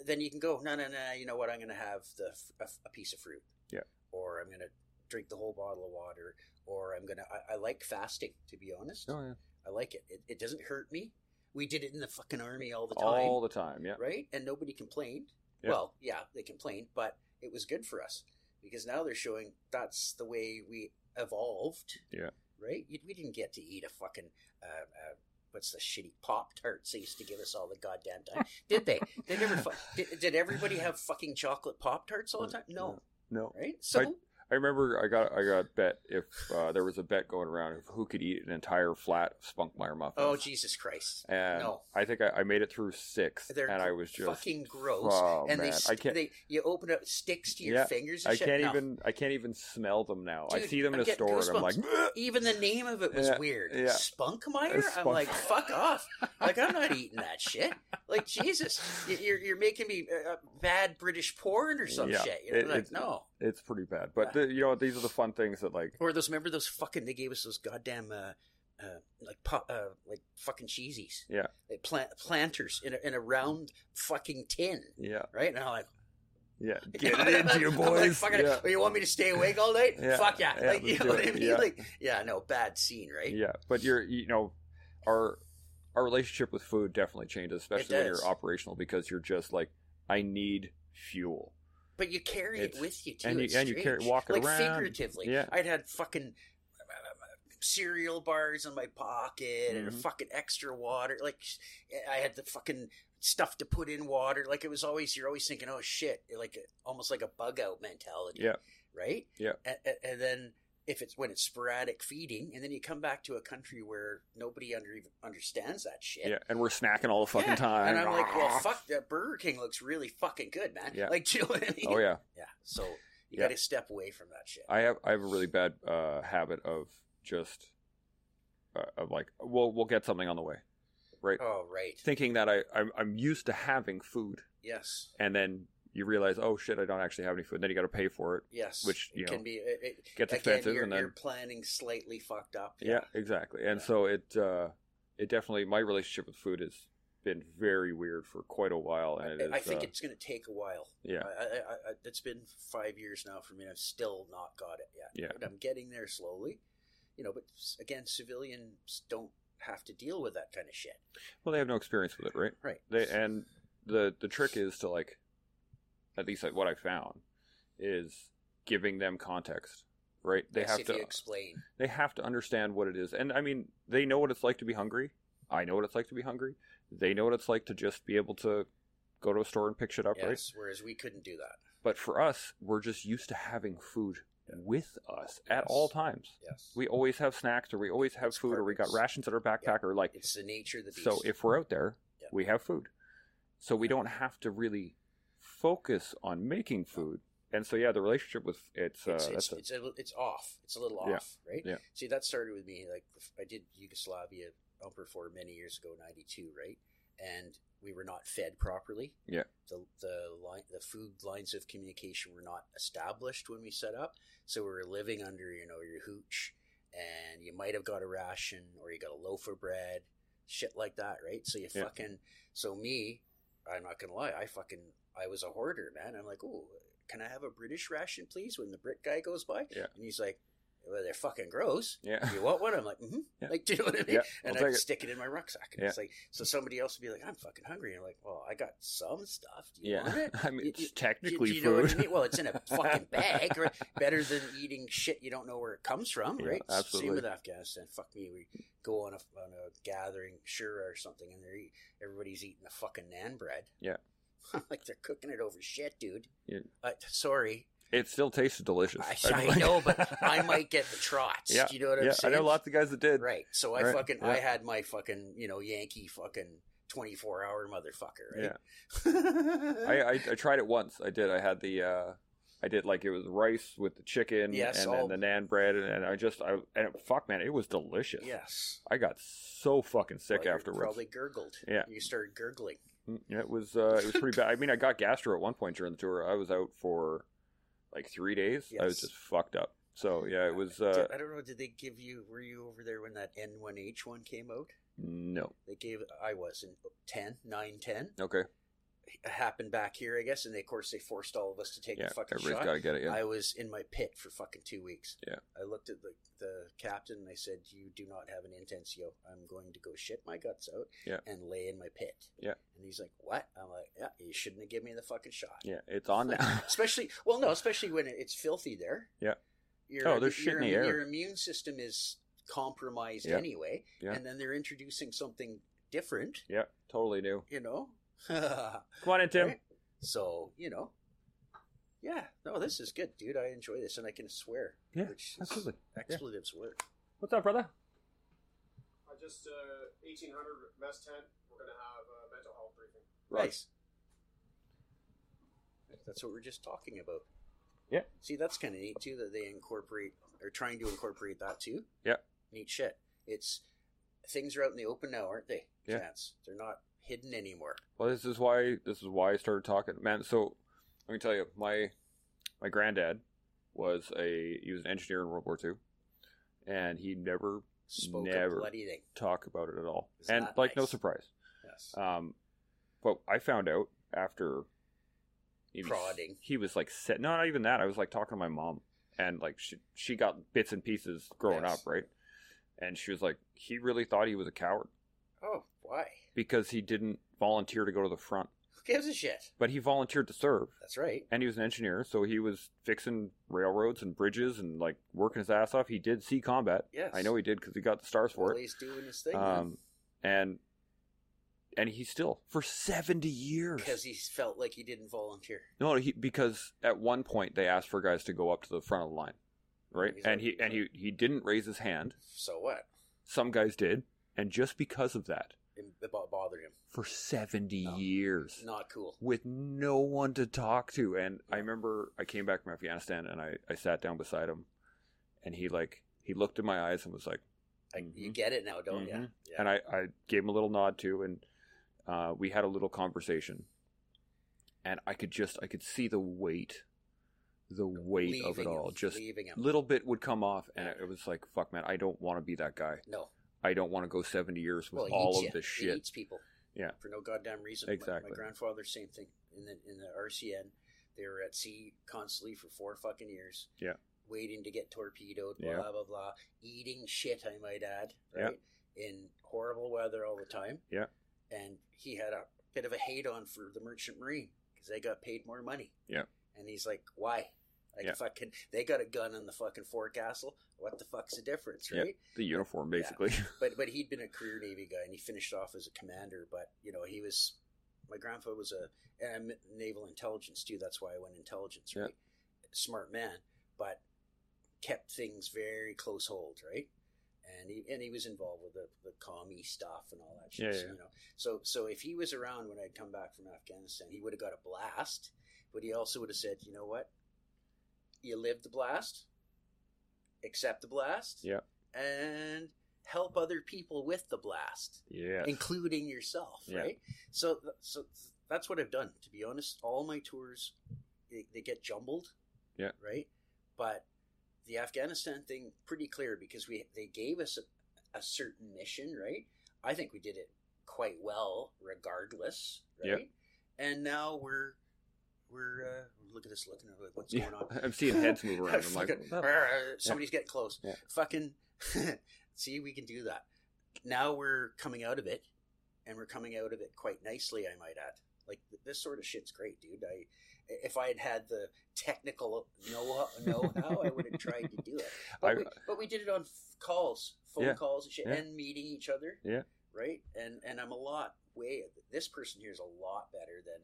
[SPEAKER 3] then you can go, no, no, no. You know what? I'm going to have the f- a f- a piece of fruit.
[SPEAKER 2] Yeah.
[SPEAKER 3] Or I'm going to drink the whole bottle of water. Or I'm going to. I like fasting, to be honest.
[SPEAKER 2] Oh, yeah.
[SPEAKER 3] I like it. it. It doesn't hurt me. We did it in the fucking army all the time,
[SPEAKER 2] All the time. Yeah.
[SPEAKER 3] right? And nobody complained.
[SPEAKER 2] Yeah.
[SPEAKER 3] Well, yeah, they complained, but it was good for us because now they're showing that's the way we evolved.
[SPEAKER 2] Yeah.
[SPEAKER 3] Right? You, we didn't get to eat a fucking, uh, uh, what's the shitty Pop Tarts they used to give us all the goddamn time. did they? They never, fu- did, did everybody have fucking chocolate Pop Tarts all the time? No.
[SPEAKER 2] No.
[SPEAKER 3] Right? So,
[SPEAKER 2] I remember I got I got a bet if uh, there was a bet going around of who could eat an entire flat of Spunkmeyer muffins.
[SPEAKER 3] oh, Jesus Christ.
[SPEAKER 2] And
[SPEAKER 3] no.
[SPEAKER 2] I think I, I made it through 6
[SPEAKER 3] They're
[SPEAKER 2] and I was just
[SPEAKER 3] fucking gross.
[SPEAKER 2] Oh,
[SPEAKER 3] and
[SPEAKER 2] man.
[SPEAKER 3] they,
[SPEAKER 2] I
[SPEAKER 3] st-
[SPEAKER 2] can't.
[SPEAKER 3] they, you open up, sticks to your
[SPEAKER 2] Yeah,
[SPEAKER 3] fingers and
[SPEAKER 2] I
[SPEAKER 3] shit.
[SPEAKER 2] can't
[SPEAKER 3] No.
[SPEAKER 2] even. I can't even smell them now. I
[SPEAKER 3] Dude,
[SPEAKER 2] see them in
[SPEAKER 3] I'm
[SPEAKER 2] a
[SPEAKER 3] getting
[SPEAKER 2] store and I'm like,
[SPEAKER 3] goosebumps. Even the name of it was
[SPEAKER 2] Yeah,
[SPEAKER 3] weird.
[SPEAKER 2] yeah.
[SPEAKER 3] Spunkmeyer?
[SPEAKER 2] It's
[SPEAKER 3] I'm
[SPEAKER 2] spunk-
[SPEAKER 3] like, fuck off. Like, I'm not eating that shit. Like, Jesus, y- you're, you're making me uh, uh, bad British porn or some
[SPEAKER 2] Yeah,
[SPEAKER 3] shit. You know,
[SPEAKER 2] it-
[SPEAKER 3] like,
[SPEAKER 2] it-
[SPEAKER 3] no.
[SPEAKER 2] it's pretty bad. But the, you know, what, these are the fun things that like.
[SPEAKER 3] Or those, remember those fucking, they gave us those goddamn, uh, uh, like pu- uh, like fucking cheesies,
[SPEAKER 2] Yeah.
[SPEAKER 3] Like plant planters in a, in a round fucking tin,
[SPEAKER 2] Yeah,
[SPEAKER 3] right? And I'm like,
[SPEAKER 2] yeah. Get it into you, boys.
[SPEAKER 3] I'm like,
[SPEAKER 2] yeah.
[SPEAKER 3] yeah. you want me to stay awake all night?
[SPEAKER 2] Yeah.
[SPEAKER 3] Fuck yeah!
[SPEAKER 2] Yeah,
[SPEAKER 3] like, you
[SPEAKER 2] let's
[SPEAKER 3] know
[SPEAKER 2] do
[SPEAKER 3] what
[SPEAKER 2] it.
[SPEAKER 3] I mean?
[SPEAKER 2] Yeah.
[SPEAKER 3] Like, yeah, no, bad scene, right?
[SPEAKER 2] Yeah, but you're you know our our relationship with food definitely changes, especially when
[SPEAKER 3] does.
[SPEAKER 2] you're operational because you're just like I need fuel.
[SPEAKER 3] But you carry
[SPEAKER 2] It's-
[SPEAKER 3] it with you too.
[SPEAKER 2] and you-
[SPEAKER 3] it's
[SPEAKER 2] and you carry-
[SPEAKER 3] strange.
[SPEAKER 2] walk it
[SPEAKER 3] like
[SPEAKER 2] around.
[SPEAKER 3] figuratively.
[SPEAKER 2] Yeah.
[SPEAKER 3] I'd had fucking cereal bars in my pocket and
[SPEAKER 2] Mhm.
[SPEAKER 3] fucking extra water. Like I had the fucking stuff to put in water. Like it was always you're always thinking, oh shit, like almost like a bug out mentality.
[SPEAKER 2] Yeah.
[SPEAKER 3] Right.
[SPEAKER 2] Yeah.
[SPEAKER 3] And, and then if it's when it's sporadic feeding, and then you come back to a country where nobody under even understands that shit.
[SPEAKER 2] Yeah, and we're snacking all the fucking
[SPEAKER 3] Yeah.
[SPEAKER 2] time.
[SPEAKER 3] And I'm like, well,
[SPEAKER 2] Ah.
[SPEAKER 3] fuck, that Burger King looks really fucking good, man.
[SPEAKER 2] Yeah.
[SPEAKER 3] Like, do you know what I mean?
[SPEAKER 2] Oh yeah,
[SPEAKER 3] Yeah. So you
[SPEAKER 2] Yeah.
[SPEAKER 3] got to step away from that shit.
[SPEAKER 2] I have I have a really bad uh, habit of just uh, of like we'll we'll get something on the way, right?
[SPEAKER 3] oh, right.
[SPEAKER 2] Thinking that I I'm, I'm used to having food,
[SPEAKER 3] Yes.
[SPEAKER 2] and then you realize, oh shit, I don't actually have any food. And then you got to pay for it.
[SPEAKER 3] Yes.
[SPEAKER 2] Which, you
[SPEAKER 3] it
[SPEAKER 2] know,
[SPEAKER 3] can be. It, it,
[SPEAKER 2] Gets
[SPEAKER 3] again,
[SPEAKER 2] expensive,
[SPEAKER 3] you're,
[SPEAKER 2] and then
[SPEAKER 3] you're planning slightly fucked up.
[SPEAKER 2] Yeah, exactly. And
[SPEAKER 3] Yeah.
[SPEAKER 2] so it uh, it definitely my relationship with food has been very weird for quite a while, and it is.
[SPEAKER 3] I, I think
[SPEAKER 2] uh,
[SPEAKER 3] it's going to take a while.
[SPEAKER 2] yeah,
[SPEAKER 3] I, I, I, I- it's been five years now for me, and I've still not got it yet.
[SPEAKER 2] Yeah.
[SPEAKER 3] But I'm getting there slowly. You know, but s- again, civilians don't have to deal with that kind of shit.
[SPEAKER 2] well, they have no experience with it, right?
[SPEAKER 3] Right.
[SPEAKER 2] They and the the trick is to like, at least like what I found is giving them context, right? They
[SPEAKER 3] Nice
[SPEAKER 2] have
[SPEAKER 3] if
[SPEAKER 2] to
[SPEAKER 3] you explain.
[SPEAKER 2] they have to understand what it is. And I mean, they know what it's like to be hungry. I know what it's like to be hungry. They know what it's like to just be able to go to a store and pick shit up, right?
[SPEAKER 3] Yes, whereas we couldn't do that.
[SPEAKER 2] But for us, we're just used to having food with us at
[SPEAKER 3] Yes.
[SPEAKER 2] all times.
[SPEAKER 3] Yes.
[SPEAKER 2] We always have snacks or we always have
[SPEAKER 3] It's
[SPEAKER 2] food or we got
[SPEAKER 3] purpose.
[SPEAKER 2] rations in our backpack or like
[SPEAKER 3] it's the nature of the beast.
[SPEAKER 2] so if we're out there,
[SPEAKER 3] Yeah.
[SPEAKER 2] we have food. So we don't have to really focus on making food. And so yeah, the relationship with it's, uh,
[SPEAKER 3] it's
[SPEAKER 2] that's
[SPEAKER 3] it's,
[SPEAKER 2] a,
[SPEAKER 3] it's, a, li- it's off. It's a little
[SPEAKER 2] Yeah.
[SPEAKER 3] off, right?
[SPEAKER 2] Yeah.
[SPEAKER 3] See, that started with me. Like I did Yugoslavia Umper for many years ago, ninety two, right? And we were not fed properly.
[SPEAKER 2] Yeah.
[SPEAKER 3] The the line the food lines of communication were not established when we set up, so we were living under you know your hooch, and you might have got a ration or you got a loaf of bread, shit like that, right? So you
[SPEAKER 2] Yeah.
[SPEAKER 3] fucking so me, I'm not gonna lie, I fucking I was a hoarder, man. I'm like, oh, can I have a British ration, please? When the Brit guy goes by,
[SPEAKER 2] Yeah.
[SPEAKER 3] and he's like, well, they're fucking gross.
[SPEAKER 2] yeah.
[SPEAKER 3] You want one? I'm like, mm-hmm.
[SPEAKER 2] Yeah.
[SPEAKER 3] like, do you know what I mean?
[SPEAKER 2] Yeah,
[SPEAKER 3] and
[SPEAKER 2] I'll take
[SPEAKER 3] I
[SPEAKER 2] it.
[SPEAKER 3] stick it in my rucksack. And
[SPEAKER 2] Yeah.
[SPEAKER 3] It's like, so somebody else would be like, I'm fucking hungry. And I'm like, well, I got some stuff. Do you want
[SPEAKER 2] Yeah.
[SPEAKER 3] it?
[SPEAKER 2] I mean, it's
[SPEAKER 3] You- you- Do you-
[SPEAKER 2] technically
[SPEAKER 3] do you know what I
[SPEAKER 2] food.
[SPEAKER 3] mean? Well, it's in a fucking bag, right? Better than eating shit you don't know where it comes from,
[SPEAKER 2] Yeah,
[SPEAKER 3] right? Same
[SPEAKER 2] absolutely.
[SPEAKER 3] with Afghanistan. Fuck me, we go on a on a gathering, sure or something, and they're eat, everybody's eating the fucking nan bread.
[SPEAKER 2] Yeah.
[SPEAKER 3] like they're cooking it over shit, dude.
[SPEAKER 2] Yeah.
[SPEAKER 3] Uh, sorry,
[SPEAKER 2] It still tasted delicious.
[SPEAKER 3] I,
[SPEAKER 2] I'd
[SPEAKER 3] I
[SPEAKER 2] like-
[SPEAKER 3] know, but I might get the trots.
[SPEAKER 2] Yeah,
[SPEAKER 3] Do you know what I'm
[SPEAKER 2] yeah, I
[SPEAKER 3] saying?
[SPEAKER 2] know lots of guys that did.
[SPEAKER 3] Right. So I
[SPEAKER 2] Right,
[SPEAKER 3] fucking
[SPEAKER 2] yeah.
[SPEAKER 3] I had my fucking you know Yankee fucking twenty four hour motherfucker. Right?
[SPEAKER 2] Yeah, I, uh, I I tried it once. I did. I had the uh, I did like it was rice with the chicken
[SPEAKER 3] Yes,
[SPEAKER 2] and
[SPEAKER 3] all-
[SPEAKER 2] then the nan bread, and, and I just I and it, fuck man, it was delicious.
[SPEAKER 3] yes.
[SPEAKER 2] I got so fucking sick
[SPEAKER 3] Well, you
[SPEAKER 2] afterwards.
[SPEAKER 3] Probably gurgled.
[SPEAKER 2] Yeah.
[SPEAKER 3] You started gurgling.
[SPEAKER 2] Mm, yeah, it was uh, it was pretty bad. I mean, I got gastro at one point during the tour. I was out for like three days. I was
[SPEAKER 3] Yes.
[SPEAKER 2] just fucked up. So yeah, it was uh,
[SPEAKER 3] Did- I don't know. Did they give you? Were you over there when that N one H one came out?
[SPEAKER 2] no
[SPEAKER 3] They gave. I was in 10, 9, 10.
[SPEAKER 2] okay.
[SPEAKER 3] It happened back here, I guess, and they, of course they forced all of us to take
[SPEAKER 2] Yeah,
[SPEAKER 3] the fucking
[SPEAKER 2] everybody's
[SPEAKER 3] shot.
[SPEAKER 2] got to get it. Yeah,
[SPEAKER 3] I was in my pit for fucking two weeks.
[SPEAKER 2] Yeah.
[SPEAKER 3] I looked at the, the captain and I said, You do not have an intensio. I'm going to go shit my guts out
[SPEAKER 2] Yeah.
[SPEAKER 3] and lay in my pit.
[SPEAKER 2] Yeah.
[SPEAKER 3] And he's like, What? I'm like, Yeah, you shouldn't have given me the fucking shot.
[SPEAKER 2] yeah it's on now.
[SPEAKER 3] Especially, well, no, especially when it- it's filthy there.
[SPEAKER 2] Yeah.
[SPEAKER 3] Your,
[SPEAKER 2] Oh, there's shit
[SPEAKER 3] your-
[SPEAKER 2] in the air.
[SPEAKER 3] Your immune system is compromised
[SPEAKER 2] Yeah.
[SPEAKER 3] anyway.
[SPEAKER 2] Yeah.
[SPEAKER 3] And then they're introducing something different,
[SPEAKER 2] yeah, totally new.
[SPEAKER 3] you know?
[SPEAKER 2] Come on in, Tim.
[SPEAKER 3] Right? So, you know. Yeah, no, this is good, dude. I enjoy this and I can swear.
[SPEAKER 2] Yeah,
[SPEAKER 3] which is-
[SPEAKER 2] Absolutely.
[SPEAKER 3] Expletives work.
[SPEAKER 2] What's up, brother?
[SPEAKER 4] I just uh, 1800 mess tent. We're gonna have a mental health briefing.
[SPEAKER 2] Right.
[SPEAKER 3] Nice. That's what we're just talking about.
[SPEAKER 2] Yeah.
[SPEAKER 3] See, that's kind of neat too that they incorporate or trying to incorporate that too.
[SPEAKER 2] Yeah.
[SPEAKER 3] Neat shit. It's things are out in the open now, aren't they?
[SPEAKER 2] Yeah.
[SPEAKER 3] Chance. They're not hidden anymore.
[SPEAKER 2] Well, this is why this is why I started talking, man. So let me tell you, my my granddad was a he was an engineer in World War II, and he never
[SPEAKER 3] Spoke
[SPEAKER 2] Never.
[SPEAKER 3] a bloody thing.
[SPEAKER 2] talked about it at all,
[SPEAKER 3] Isn't
[SPEAKER 2] and
[SPEAKER 3] that
[SPEAKER 2] like no
[SPEAKER 3] nice?
[SPEAKER 2] surprise.
[SPEAKER 3] Yes.
[SPEAKER 2] Um, but I found out after he was,
[SPEAKER 3] Prodding.
[SPEAKER 2] he was like set. No, not even that. I was like talking to my mom, and like she she got bits and pieces growing
[SPEAKER 3] Yes.
[SPEAKER 2] up, right? And she was like, he really thought he was a coward
[SPEAKER 3] oh, why?
[SPEAKER 2] because he didn't volunteer to go to the front,
[SPEAKER 3] Who gives a shit?
[SPEAKER 2] but he volunteered to serve.
[SPEAKER 3] That's right.
[SPEAKER 2] and he was an engineer, so he was fixing railroads and bridges and like working his ass off. He did see combat.
[SPEAKER 3] Yes.
[SPEAKER 2] I know he did because he got the stars for
[SPEAKER 3] Well,
[SPEAKER 2] it.
[SPEAKER 3] he's doing his thing.
[SPEAKER 2] Um, and and he still for seventy years.
[SPEAKER 3] because he felt like he didn't volunteer.
[SPEAKER 2] No, he, because at one point they asked for guys to go up to the front of the line, right?
[SPEAKER 3] He's
[SPEAKER 2] And
[SPEAKER 3] like-
[SPEAKER 2] he and he he didn't raise his hand.
[SPEAKER 3] So what?
[SPEAKER 2] Some guys did, and just because of that,
[SPEAKER 3] It bo- bothered him.
[SPEAKER 2] for seventy
[SPEAKER 3] No.
[SPEAKER 2] years,
[SPEAKER 3] Not cool.
[SPEAKER 2] with no one to talk to. And I remember I came back from Afghanistan and I, I sat down beside him and he like he looked in my eyes and was like
[SPEAKER 3] I, You
[SPEAKER 2] Mhm.
[SPEAKER 3] get it now, don't you?
[SPEAKER 2] Mhm.
[SPEAKER 3] Yeah.
[SPEAKER 2] and I, I gave him a little nod too and uh, we had a little conversation and I could just I could see the weight the weight of it
[SPEAKER 3] Leaving
[SPEAKER 2] all
[SPEAKER 3] him,
[SPEAKER 2] just
[SPEAKER 3] leaving him.
[SPEAKER 2] little bit would come off and
[SPEAKER 3] Yeah.
[SPEAKER 2] it, was like fuck man I don't want to be that guy
[SPEAKER 3] No,
[SPEAKER 2] I don't want to go 70 years with
[SPEAKER 3] well, it
[SPEAKER 2] all
[SPEAKER 3] eats
[SPEAKER 2] of
[SPEAKER 3] ya.
[SPEAKER 2] this
[SPEAKER 3] It
[SPEAKER 2] shit
[SPEAKER 3] eats people.
[SPEAKER 2] Yeah.
[SPEAKER 3] For no goddamn reason. My-
[SPEAKER 2] Exactly.
[SPEAKER 3] My, grandfather, same thing. In the in the RCN, they were at sea constantly for four fucking years.
[SPEAKER 2] Yeah.
[SPEAKER 3] Waiting to get torpedoed. Blah
[SPEAKER 2] Yeah.
[SPEAKER 3] blah blah. Eating shit, I might add.
[SPEAKER 2] Yeah.
[SPEAKER 3] Right. In horrible weather all the time.
[SPEAKER 2] Yeah.
[SPEAKER 3] And he had a bit of a hate on for the merchant marine because they got paid more money.
[SPEAKER 2] Yeah.
[SPEAKER 3] And he's like, why? Like
[SPEAKER 2] Yeah.
[SPEAKER 3] fucking, they got a gun in the fucking forecastle. What the fuck's the difference,
[SPEAKER 2] Yeah.
[SPEAKER 3] right?
[SPEAKER 2] The uniform,
[SPEAKER 3] Yeah.
[SPEAKER 2] basically.
[SPEAKER 3] But but he'd been a career Navy guy, and he finished off as a commander. But you know, he was my grandpa was a and I'm naval intelligence too. That's why I went intelligence, right? Smart man, but kept things very close hold, right? And he and he was involved with the, the commie stuff and all that shit.
[SPEAKER 2] Yeah,
[SPEAKER 3] so,
[SPEAKER 2] yeah.
[SPEAKER 3] You know, so so if he was around when I'd come back from Afghanistan, he would have got a blast. But he also would have said, you know what? You live the blast, accept the blast,
[SPEAKER 2] Yeah.
[SPEAKER 3] and help other people with the blast,
[SPEAKER 2] yeah.
[SPEAKER 3] including yourself,
[SPEAKER 2] Yeah.
[SPEAKER 3] right? So, th- so th- that's what I've done. To be honest, all my tours they, they get jumbled,
[SPEAKER 2] Yeah.
[SPEAKER 3] right. But the Afghanistan thing pretty clear because we they gave us a, a certain mission, right? I think we did it quite well, regardless,
[SPEAKER 2] Yeah.
[SPEAKER 3] right? And now we're we're uh, look at this looking at like, what's going on.
[SPEAKER 2] I'm seeing heads move around. I'm like, "Oh,
[SPEAKER 3] Fucking- "Arr, somebody's getting close.
[SPEAKER 2] Yeah.
[SPEAKER 3] Fucking see, we can do that. Now we're coming out of it, and we're coming out of it quite nicely, I might add. Like th- this sort of shit's great, dude. I if I had had the technical know know how, I would have tried to do it. But,
[SPEAKER 2] I-
[SPEAKER 3] we, but we did it on f- calls, phone
[SPEAKER 2] Yeah.
[SPEAKER 3] calls, and shit,
[SPEAKER 2] Yeah.
[SPEAKER 3] and meeting each other.
[SPEAKER 2] Yeah.
[SPEAKER 3] right. And and I'm a lot way. This person here is a lot better than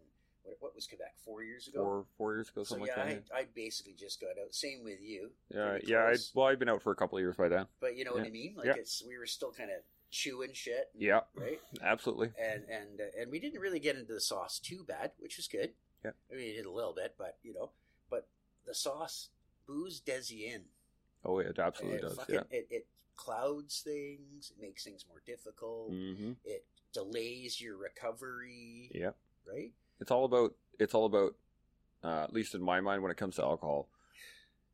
[SPEAKER 3] what, what was Quebec four years ago.
[SPEAKER 2] four, four years ago,
[SPEAKER 3] So
[SPEAKER 2] something
[SPEAKER 3] yeah,
[SPEAKER 2] like that. yeah.
[SPEAKER 3] I, I basically just got out. Same with you.
[SPEAKER 2] Yeah,
[SPEAKER 3] Pretty
[SPEAKER 2] yeah. I,
[SPEAKER 3] close.
[SPEAKER 2] well, I've been out for a couple of years by then.
[SPEAKER 3] but you know what
[SPEAKER 2] yeah.
[SPEAKER 3] I mean. Like
[SPEAKER 2] Yeah.
[SPEAKER 3] it's we were still kind of chewing shit,
[SPEAKER 2] Yeah,
[SPEAKER 3] right?
[SPEAKER 2] absolutely.
[SPEAKER 3] And and uh, and we didn't really get into the sauce too bad, which was good.
[SPEAKER 2] Yeah.
[SPEAKER 3] I mean, we did a little bit, but you know, but the sauce booze Desi in.
[SPEAKER 2] Oh, yeah, it absolutely
[SPEAKER 3] it
[SPEAKER 2] does.
[SPEAKER 3] fucking-
[SPEAKER 2] Yeah.
[SPEAKER 3] it, it clouds things. It makes things more difficult.
[SPEAKER 2] hmm
[SPEAKER 3] It delays your recovery.
[SPEAKER 2] Yeah.
[SPEAKER 3] Right.
[SPEAKER 2] It's all about. It's all about. Uh, at least in my mind, when it comes to alcohol,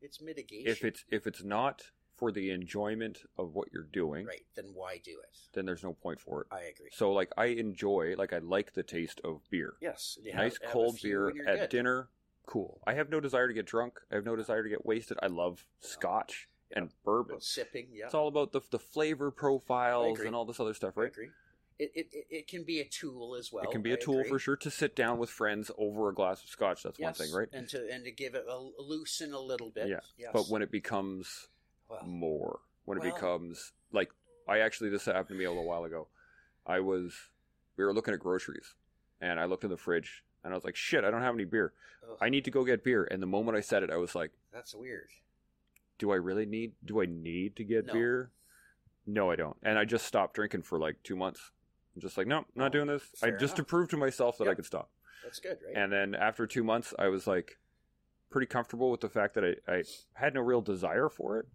[SPEAKER 3] It's mitigation.
[SPEAKER 2] if it's if it's not for the enjoyment of what you're doing,
[SPEAKER 3] right, then why do it?
[SPEAKER 2] then there's no point for it.
[SPEAKER 3] I agree.
[SPEAKER 2] So, like, I enjoy, like, I like the taste of beer.
[SPEAKER 3] Yes. you
[SPEAKER 2] nice
[SPEAKER 3] have- have a
[SPEAKER 2] cold
[SPEAKER 3] few
[SPEAKER 2] beer
[SPEAKER 3] when you're
[SPEAKER 2] at
[SPEAKER 3] good.
[SPEAKER 2] dinner. Cool. I have no desire to get drunk. I have no desire to get wasted. I love scotch and bourbon.
[SPEAKER 3] Well, sipping. Yeah.
[SPEAKER 2] It's all about the the flavor profiles
[SPEAKER 3] agree.
[SPEAKER 2] and all this other stuff,
[SPEAKER 3] I
[SPEAKER 2] right?
[SPEAKER 3] agree. It, it, it- it can be a tool as well.
[SPEAKER 2] it can be
[SPEAKER 3] a
[SPEAKER 2] a tool for sure to sit down with friends over a glass of scotch. That's one thing, right?
[SPEAKER 3] And to and to give it a loosen a little bit.
[SPEAKER 2] Yeah.
[SPEAKER 3] Yes.
[SPEAKER 2] But when it becomes
[SPEAKER 3] well,
[SPEAKER 2] more, when
[SPEAKER 3] Well-
[SPEAKER 2] it becomes like, I actually this happened to me a little while ago. I was we were looking at groceries, and I looked in the fridge, and I was like, "Shit, I don't have any beer.
[SPEAKER 3] ugh,
[SPEAKER 2] I need to go get beer." And the moment I said it, I was like,
[SPEAKER 3] that's weird.
[SPEAKER 2] do I really need do I need to get
[SPEAKER 3] No.
[SPEAKER 2] beer? No, I don't. And I just stopped drinking for like two months. I'm just like, no, not doing this. I
[SPEAKER 3] Fair
[SPEAKER 2] just to
[SPEAKER 3] enough.
[SPEAKER 2] prove to myself that I
[SPEAKER 3] Yep.
[SPEAKER 2] could stop.
[SPEAKER 3] That's good, right?
[SPEAKER 2] And then after two months I was like pretty comfortable with the fact that I, I had no real desire for it.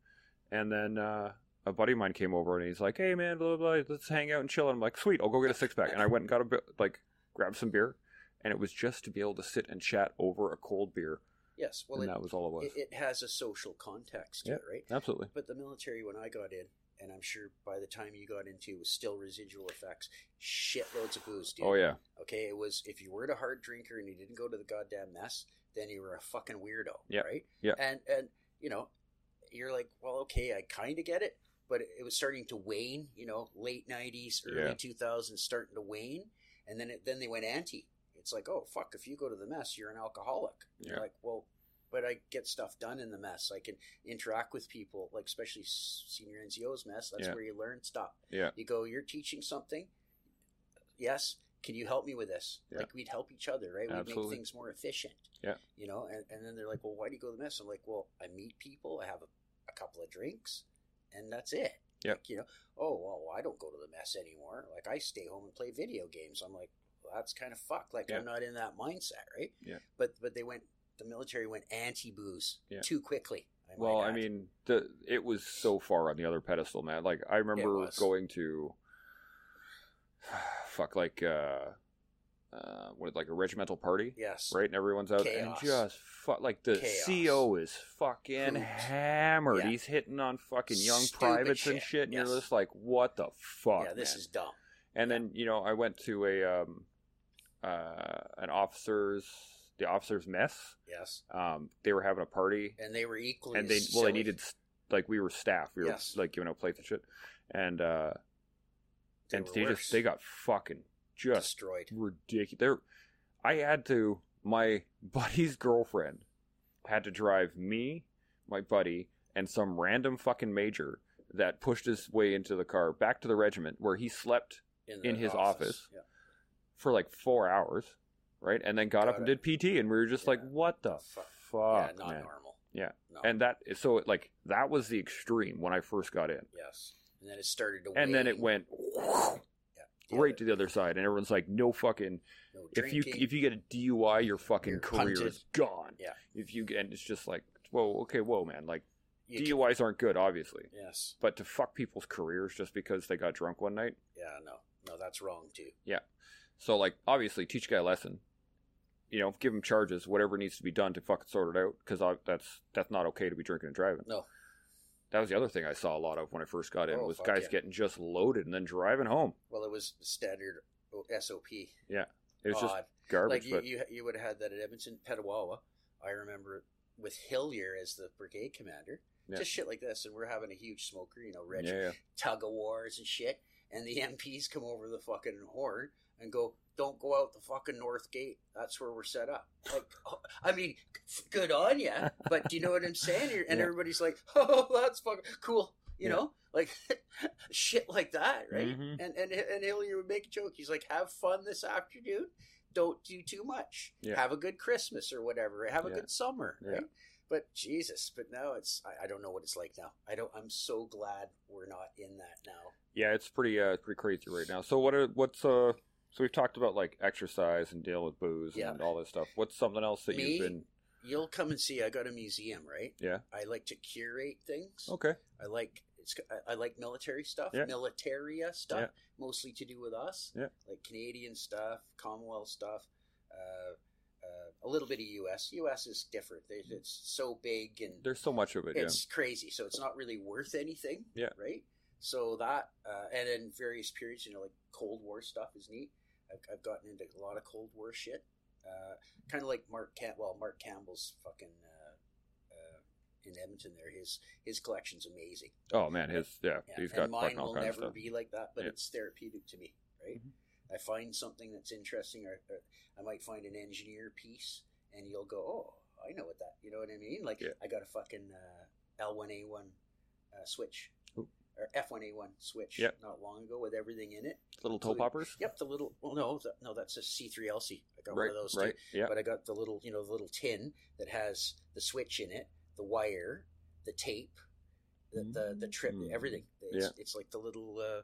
[SPEAKER 2] And then uh a buddy of mine came over and he's like, "Hey man, blah blah, blah let's hang out and chill." And I'm like, "Sweet, I'll go get a six pack." And I went and got a bit, like grabbed some beer, and it was just to be able to sit and chat over a cold beer,
[SPEAKER 3] yes. Well,
[SPEAKER 2] and
[SPEAKER 3] it,
[SPEAKER 2] that was all it was.
[SPEAKER 3] it, it has a social context to
[SPEAKER 2] Yeah.
[SPEAKER 3] it, right?
[SPEAKER 2] Absolutely,
[SPEAKER 3] But the military, when I got in, and I'm sure by the time you got into, it was still residual effects. Shitloads of booze, dude.
[SPEAKER 2] oh yeah,
[SPEAKER 3] Okay, it was if you weren't a hard drinker and you didn't go to the goddamn mess, then you were a fucking weirdo,
[SPEAKER 2] Yeah,
[SPEAKER 3] right?
[SPEAKER 2] yeah.
[SPEAKER 3] And and you know, you're like, well, okay, I kind of get it, but it was starting to wane. You know, late '90s, early
[SPEAKER 2] Yeah.
[SPEAKER 3] 2000s, starting to wane, and then it, then they went anti. It's like, oh fuck, if you go to the mess, you're an alcoholic. You're
[SPEAKER 2] Yeah.
[SPEAKER 3] like, well, but I get stuff done in the mess. I can interact with people, like especially s- senior NCOs mess. That's
[SPEAKER 2] Yeah.
[SPEAKER 3] where you learn stuff.
[SPEAKER 2] yeah.
[SPEAKER 3] You go, you're teaching something. Yes. Can you help me with this?
[SPEAKER 2] Yeah.
[SPEAKER 3] Like we'd help each other, right? We'd
[SPEAKER 2] Absolutely.
[SPEAKER 3] make things more efficient.
[SPEAKER 2] Yeah.
[SPEAKER 3] You know, and, and then they're like, well, why do you go to the mess? I'm like, well, I meet people, I have a, a couple of drinks, and that's it.
[SPEAKER 2] Yeah.
[SPEAKER 3] Like, you know, oh, well, I don't go to the mess anymore. Like I stay home and play video games. I'm like, well, that's kind of fucked. Like
[SPEAKER 2] Yeah.
[SPEAKER 3] I'm not in that mindset, right?
[SPEAKER 2] Yeah.
[SPEAKER 3] But, but they went, the military went anti booze
[SPEAKER 2] Yeah.
[SPEAKER 3] too quickly. I might
[SPEAKER 2] Well, I
[SPEAKER 3] add.
[SPEAKER 2] mean, the it was so far on the other pedestal, man. Like I remember
[SPEAKER 3] was.
[SPEAKER 2] going to fuck like uh uh what like a regimental party,
[SPEAKER 3] yes.
[SPEAKER 2] right? And everyone's out
[SPEAKER 3] Chaos.
[SPEAKER 2] and just fuck like the
[SPEAKER 3] Chaos.
[SPEAKER 2] CO is fucking
[SPEAKER 3] Pooped.
[SPEAKER 2] hammered.
[SPEAKER 3] Yeah.
[SPEAKER 2] He's hitting on fucking young
[SPEAKER 3] Stupid
[SPEAKER 2] privates and
[SPEAKER 3] shit.
[SPEAKER 2] shit, and you're
[SPEAKER 3] Yes.
[SPEAKER 2] just like, what the fuck?
[SPEAKER 3] yeah, this
[SPEAKER 2] man?
[SPEAKER 3] is dumb.
[SPEAKER 2] And then you know, I went to a um uh an officers the officers mess.
[SPEAKER 3] Yes.
[SPEAKER 2] Um, they were having a party
[SPEAKER 3] And they were equally
[SPEAKER 2] and they
[SPEAKER 3] as
[SPEAKER 2] well they
[SPEAKER 3] silly.
[SPEAKER 2] needed s- like we were staff we were
[SPEAKER 3] Yes.
[SPEAKER 2] like giving out plates and shit and uh and
[SPEAKER 3] were
[SPEAKER 2] they
[SPEAKER 3] worse.
[SPEAKER 2] just they got fucking just
[SPEAKER 3] destroyed.
[SPEAKER 2] ridiculous they're i had to my buddy's girlfriend had to drive me, my buddy, and some random fucking major that pushed his way into the car back to the regiment where he slept in his office.
[SPEAKER 3] Yeah.
[SPEAKER 2] for like four hours, right? And then got, up
[SPEAKER 3] Got
[SPEAKER 2] and
[SPEAKER 3] it.
[SPEAKER 2] did PT, and we were just like,
[SPEAKER 3] Yeah.
[SPEAKER 2] what the
[SPEAKER 3] Fuck.
[SPEAKER 2] fuck,
[SPEAKER 3] yeah, not
[SPEAKER 2] man?
[SPEAKER 3] normal.
[SPEAKER 2] Yeah.
[SPEAKER 3] No.
[SPEAKER 2] And that so it, like that was the extreme when I first got in,
[SPEAKER 3] yes, and then it started to.
[SPEAKER 2] and then it
[SPEAKER 3] wane.
[SPEAKER 2] went
[SPEAKER 3] Yeah,
[SPEAKER 2] right to the other side, and everyone's like, no fucking.
[SPEAKER 3] no
[SPEAKER 2] If you
[SPEAKER 3] drinking.
[SPEAKER 2] if you get a DUI, your fucking
[SPEAKER 3] You're
[SPEAKER 2] career
[SPEAKER 3] punted.
[SPEAKER 2] is gone.
[SPEAKER 3] Yeah.
[SPEAKER 2] If you and it's just like, whoa, okay, whoa, man, like
[SPEAKER 3] You can-
[SPEAKER 2] DUIs aren't good, obviously.
[SPEAKER 3] yes,
[SPEAKER 2] But to fuck people's careers just because they got drunk one night,
[SPEAKER 3] yeah, no, no, that's wrong too.
[SPEAKER 2] So like obviously teach a guy a lesson. You know, give him charges, whatever needs to be done to fucking sort it out, because that's that's not okay to be drinking and driving.
[SPEAKER 3] No.
[SPEAKER 2] That was the other thing I saw a lot of when I first got in
[SPEAKER 3] Oh,
[SPEAKER 2] was
[SPEAKER 3] fuck
[SPEAKER 2] guys
[SPEAKER 3] yeah.
[SPEAKER 2] getting just loaded and then driving home.
[SPEAKER 3] Well, it was standard O- SOP.
[SPEAKER 2] It was just
[SPEAKER 3] Odd.
[SPEAKER 2] garbage.
[SPEAKER 3] like you,
[SPEAKER 2] but
[SPEAKER 3] you, you would have had that at Edmonton, Petawawa. I remember it with Hillier as the brigade commander.
[SPEAKER 2] Yeah.
[SPEAKER 3] Just shit like this, and we're having a huge smoker, you know, rich
[SPEAKER 2] yeah, yeah.
[SPEAKER 3] tug of wars and shit. And the MPs come over the fucking horn and go, "Don't go out the fucking north gate. That's where we're set up." Like, oh, I mean, f- good on you, but do you know what I'm saying? And
[SPEAKER 2] Yeah.
[SPEAKER 3] everybody's like, "Oh, that's fucking cool," you
[SPEAKER 2] Yeah.
[SPEAKER 3] know, like shit like that, right?
[SPEAKER 2] Mhm.
[SPEAKER 3] And and and Hillier would make a joke. He's like, "Have fun this afternoon. Don't do too much.
[SPEAKER 2] Yeah.
[SPEAKER 3] Have a good Christmas or whatever. Have a
[SPEAKER 2] Yeah.
[SPEAKER 3] good summer."
[SPEAKER 2] Yeah.
[SPEAKER 3] Right? But Jesus, but now it's I, I don't know what it's like now. I don't. I'm so glad we're not in that now.
[SPEAKER 2] yeah, it's pretty uh pretty crazy right now. So what are what's uh so we've talked about like exercise and dealing with booze
[SPEAKER 3] Yeah.
[SPEAKER 2] and all this stuff. What's something else that
[SPEAKER 3] Me?
[SPEAKER 2] you've been
[SPEAKER 3] You'll come and see. I got a museum, right?
[SPEAKER 2] Yeah.
[SPEAKER 3] I like to curate things.
[SPEAKER 2] Okay.
[SPEAKER 3] I like it's. I, I like military stuff,
[SPEAKER 2] Yeah.
[SPEAKER 3] militaria stuff,
[SPEAKER 2] Yeah.
[SPEAKER 3] mostly to do with us,
[SPEAKER 2] Yeah.
[SPEAKER 3] like Canadian stuff, Commonwealth stuff, uh, uh, a little bit of U.S. U.S. is different. They-
[SPEAKER 2] Mm-hmm.
[SPEAKER 3] It's so big and
[SPEAKER 2] There's so much of it,
[SPEAKER 3] it's crazy. So it's not really worth anything.
[SPEAKER 2] Yeah.
[SPEAKER 3] Right. So that, uh, and then various periods, you know, like Cold War stuff is neat. I've, I've gotten into a lot of Cold War shit. Uh, kind of like Mark Cam- well, Mark Campbell's fucking uh, uh, in Edmonton. There, his his collection's amazing.
[SPEAKER 2] yeah. Oh man, his yeah,
[SPEAKER 3] Yeah,
[SPEAKER 2] he's got
[SPEAKER 3] and mine
[SPEAKER 2] fucking all
[SPEAKER 3] will
[SPEAKER 2] kinds of
[SPEAKER 3] never
[SPEAKER 2] stuff.
[SPEAKER 3] be like that, but
[SPEAKER 2] Yeah.
[SPEAKER 3] it's therapeutic to me, right? I find something that's interesting, or, or I might find an engineer piece, and you'll go, "Oh, I know what that." You know what I mean? Like
[SPEAKER 2] Yeah.
[SPEAKER 3] I got a fucking uh, L1A1 uh, switch
[SPEAKER 2] Ooh.
[SPEAKER 3] or F1A1 switch
[SPEAKER 2] Yep.
[SPEAKER 3] not long ago with everything in it.
[SPEAKER 2] Little toe poppers?
[SPEAKER 3] Yep, the little. Well, no, th no, that's a C3LC. I got one
[SPEAKER 2] Right,
[SPEAKER 3] of those.
[SPEAKER 2] right.
[SPEAKER 3] Too.
[SPEAKER 2] Yeah.
[SPEAKER 3] But I got the little, you know, the little tin that has the switch in it, the wire, the tape, the the, the trip,
[SPEAKER 2] Mm.
[SPEAKER 3] everything. It's,
[SPEAKER 2] Yeah.
[SPEAKER 3] it's like the little uh,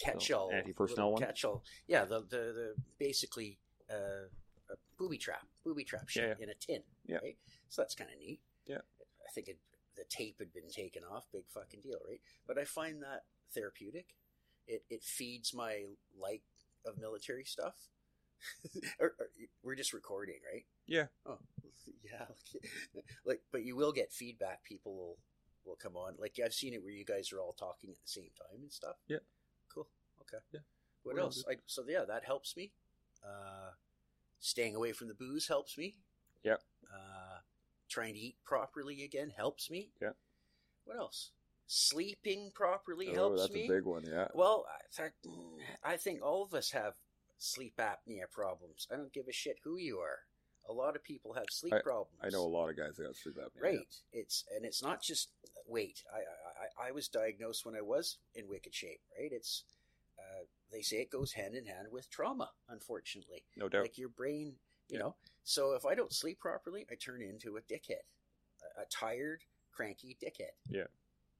[SPEAKER 3] catch-all,
[SPEAKER 2] anti-personnel
[SPEAKER 3] little
[SPEAKER 2] one?
[SPEAKER 3] catch-all. Yeah, the the, the basically uh, a booby trap, booby trap shit
[SPEAKER 2] Yeah,
[SPEAKER 3] in a tin.
[SPEAKER 2] Yeah.
[SPEAKER 3] Right? So that's kind of neat.
[SPEAKER 2] Yeah.
[SPEAKER 3] I think it, the tape had been taken off. Big fucking deal, right? But I find that therapeutic. It it feeds my like of military stuff. or, or, we're just recording, right?
[SPEAKER 2] Yeah.
[SPEAKER 3] Oh, yeah. okay. Like, but you will get feedback. People will will come on. Like I've seen it where you guys are all talking at the same time and stuff.
[SPEAKER 2] Yeah.
[SPEAKER 3] Cool. Okay.
[SPEAKER 2] Yeah.
[SPEAKER 3] What
[SPEAKER 2] We're all
[SPEAKER 3] else? I, so yeah, that helps me. Uh, staying away from the booze helps me.
[SPEAKER 2] Yep.
[SPEAKER 3] Uh, trying to eat properly again helps me.
[SPEAKER 2] Yeah.
[SPEAKER 3] What else? Sleeping properly
[SPEAKER 2] Oh,
[SPEAKER 3] helps
[SPEAKER 2] that's
[SPEAKER 3] me.
[SPEAKER 2] a big one, yeah.
[SPEAKER 3] Well, I think, I think all of us have sleep apnea problems. I don't give a shit who you are. A lot of people have sleep problems.
[SPEAKER 2] I know a lot of guys that got sleep apnea.
[SPEAKER 3] Right. It's and it's not just weight. I- I, I I was diagnosed when I was in wicked shape. Right. It's uh, they say it goes hand in hand with trauma. Unfortunately,
[SPEAKER 2] No doubt.
[SPEAKER 3] like your brain, you
[SPEAKER 2] Yeah.
[SPEAKER 3] know. So if I don't sleep properly, I turn into a dickhead, a, a tired, cranky dickhead.
[SPEAKER 2] Yeah.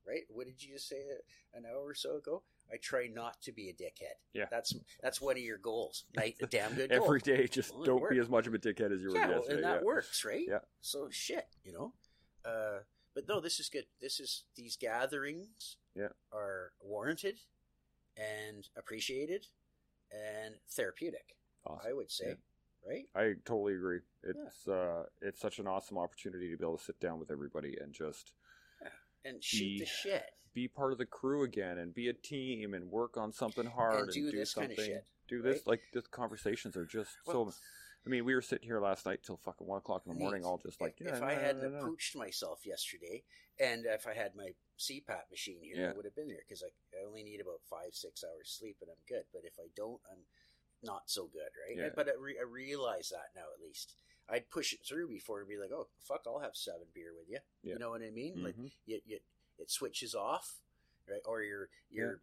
[SPEAKER 3] Right. What did you just say uh, an hour or so ago? I try not to be a dickhead.
[SPEAKER 2] Yeah.
[SPEAKER 3] That's that's one of your goals. Right. A damn good goal
[SPEAKER 2] Every day, just
[SPEAKER 3] Well, it
[SPEAKER 2] don't
[SPEAKER 3] worked.
[SPEAKER 2] be as much of a dickhead as you were
[SPEAKER 3] yeah, well,
[SPEAKER 2] yesterday.
[SPEAKER 3] and that
[SPEAKER 2] yeah.
[SPEAKER 3] works, right?
[SPEAKER 2] Yeah.
[SPEAKER 3] So shit, you know. Uh, but no, this is good. This is these gatherings
[SPEAKER 2] Yeah.
[SPEAKER 3] are warranted and appreciated and therapeutic.
[SPEAKER 2] Awesome.
[SPEAKER 3] I would say, right?
[SPEAKER 2] I totally agree. It's uh, it's such an awesome opportunity to be able to sit down with everybody and just
[SPEAKER 3] And shoot the
[SPEAKER 2] Yeah.
[SPEAKER 3] shit
[SPEAKER 2] be part of the crew again and be a team and work on something hard
[SPEAKER 3] and do this kind
[SPEAKER 2] something.
[SPEAKER 3] of shit.
[SPEAKER 2] do this
[SPEAKER 3] right?
[SPEAKER 2] like the conversations are just
[SPEAKER 3] Well,
[SPEAKER 2] so. I mean, we were sitting here last night till fucking one o'clock in the
[SPEAKER 3] Neat.
[SPEAKER 2] morning, all just like
[SPEAKER 3] if
[SPEAKER 2] yeah,
[SPEAKER 3] I
[SPEAKER 2] no,
[SPEAKER 3] hadn't
[SPEAKER 2] no, no, no.
[SPEAKER 3] pooched myself yesterday, and if I had my CPAP machine here,
[SPEAKER 2] Yeah.
[SPEAKER 3] I would have been there because I, I only need about five, six hours sleep, and I'm good. But if I don't, I'm not so good, right?
[SPEAKER 2] Yeah.
[SPEAKER 3] But I, re- I realize that now at least. I'd push it through before and be like, oh, fuck, I'll have seven beer with you.
[SPEAKER 2] Yeah.
[SPEAKER 3] You know what I mean? Like,
[SPEAKER 2] Mhm.
[SPEAKER 3] you, you, it switches off, right? Or your your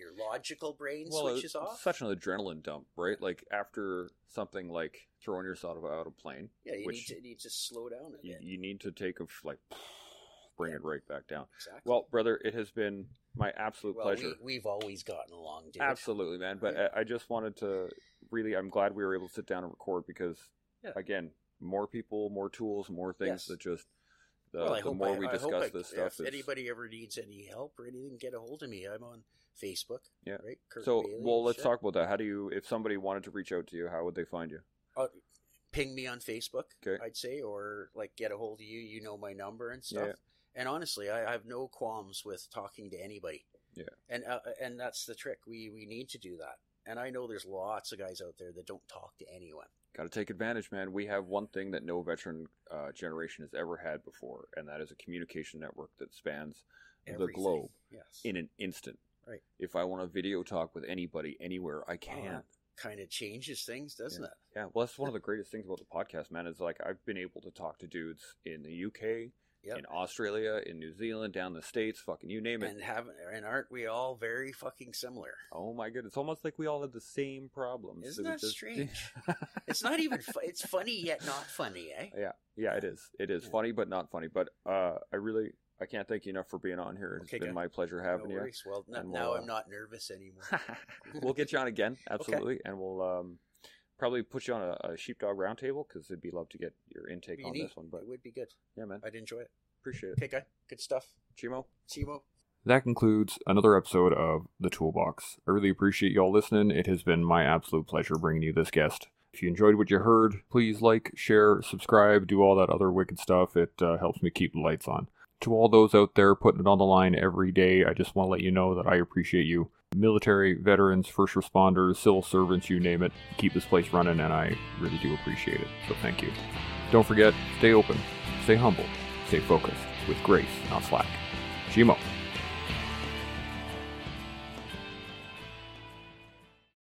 [SPEAKER 3] your logical brain switches
[SPEAKER 2] it's
[SPEAKER 3] off.
[SPEAKER 2] such an adrenaline dump, right? Like after something like throwing yourself out of a plane,
[SPEAKER 3] yeah, you
[SPEAKER 2] which-
[SPEAKER 3] need to need to slow down a
[SPEAKER 2] you,
[SPEAKER 3] bit.
[SPEAKER 2] you need to take a f- like bring it right back down.
[SPEAKER 3] Exactly.
[SPEAKER 2] Well, brother, it has been my absolute
[SPEAKER 3] Well,
[SPEAKER 2] pleasure.
[SPEAKER 3] we, we've always gotten along, dude.
[SPEAKER 2] Absolutely, man. But
[SPEAKER 3] Yeah.
[SPEAKER 2] I, I just wanted to really. I'm glad we were able to sit down and record because,
[SPEAKER 3] Yeah.
[SPEAKER 2] again, more people, more tools, more things
[SPEAKER 3] Yes.
[SPEAKER 2] that just. The,
[SPEAKER 3] well, I
[SPEAKER 2] the
[SPEAKER 3] hope
[SPEAKER 2] more
[SPEAKER 3] I-
[SPEAKER 2] we
[SPEAKER 3] I hope
[SPEAKER 2] discuss
[SPEAKER 3] I-
[SPEAKER 2] this stuff,
[SPEAKER 3] If
[SPEAKER 2] it's-
[SPEAKER 3] anybody ever needs any help or anything, get a hold of me. I'm on Facebook.
[SPEAKER 2] Yeah.
[SPEAKER 3] Right. Kirk
[SPEAKER 2] so
[SPEAKER 3] Bailey
[SPEAKER 2] well,
[SPEAKER 3] and
[SPEAKER 2] let's
[SPEAKER 3] shit.
[SPEAKER 2] talk about that. How do you? If somebody wanted to reach out to you, how would they find you?
[SPEAKER 3] Uh, ping me on Facebook.
[SPEAKER 2] Okay.
[SPEAKER 3] I'd say, or like get a hold of you. You know my number and stuff.
[SPEAKER 2] Yeah.
[SPEAKER 3] And honestly, I, I have no qualms with talking to anybody.
[SPEAKER 2] Yeah.
[SPEAKER 3] And uh, and that's the trick. We we need to do that. And I know there's lots of guys out there that don't talk to anyone.
[SPEAKER 2] Got to take advantage, man. We have one thing that no veteran uh, generation has ever had before, and that is a communication network that spans the
[SPEAKER 3] Everything.
[SPEAKER 2] globe
[SPEAKER 3] Yes.
[SPEAKER 2] in an instant.
[SPEAKER 3] Right.
[SPEAKER 2] If I want to video talk with anybody, anywhere, I
[SPEAKER 3] Oh,
[SPEAKER 2] can.
[SPEAKER 3] that kind of changes things, doesn't it?
[SPEAKER 2] Yeah, well, that's one of the greatest things about the podcast, man. Is like I've been able to talk to dudes in the UK,
[SPEAKER 3] Yep.
[SPEAKER 2] in Australia, in New Zealand, down the states, fucking you name it.
[SPEAKER 3] And haven't and aren't we all very fucking similar?
[SPEAKER 2] oh my god, it's almost like we all had the same problems.
[SPEAKER 3] Isn't
[SPEAKER 2] It was
[SPEAKER 3] that strange? It's not even. Fu- it's funny yet not funny, eh?
[SPEAKER 2] yeah, it is. It is
[SPEAKER 3] Yeah.
[SPEAKER 2] funny, but not funny. But uh, I really, I can't thank you enough for being on here. It's
[SPEAKER 3] Okay,
[SPEAKER 2] been
[SPEAKER 3] good.
[SPEAKER 2] my pleasure having
[SPEAKER 3] no
[SPEAKER 2] you.
[SPEAKER 3] worries. Well, no,
[SPEAKER 2] And we'll,
[SPEAKER 3] now
[SPEAKER 2] uh,
[SPEAKER 3] I'm not nervous anymore.
[SPEAKER 2] we'll get you on again, absolutely, and we'll um, probably put you on a, a sheepdog roundtable because it'd be love to get your intake
[SPEAKER 3] Be
[SPEAKER 2] on
[SPEAKER 3] neat.
[SPEAKER 2] this one. But
[SPEAKER 3] it would be good.
[SPEAKER 2] yeah, man,
[SPEAKER 3] I'd enjoy it.
[SPEAKER 2] appreciate it,
[SPEAKER 3] Okay, guy. Good stuff.
[SPEAKER 2] Chimo.
[SPEAKER 3] Timo.
[SPEAKER 5] That concludes another episode of The Toolbox. I really appreciate y'all listening. It has been my absolute pleasure bringing you this guest. If you enjoyed what you heard, please like, share, subscribe, do all that other wicked stuff. It uh, helps me keep the lights on. To all those out there putting it on the line every day, I just want to let you know that I appreciate you. Military, veterans, first responders, civil servants, you name it, keep this place running, and I really do appreciate it. So thank you. Don't forget, stay open, stay humble, stay focused, with grace, not slack. Shimo.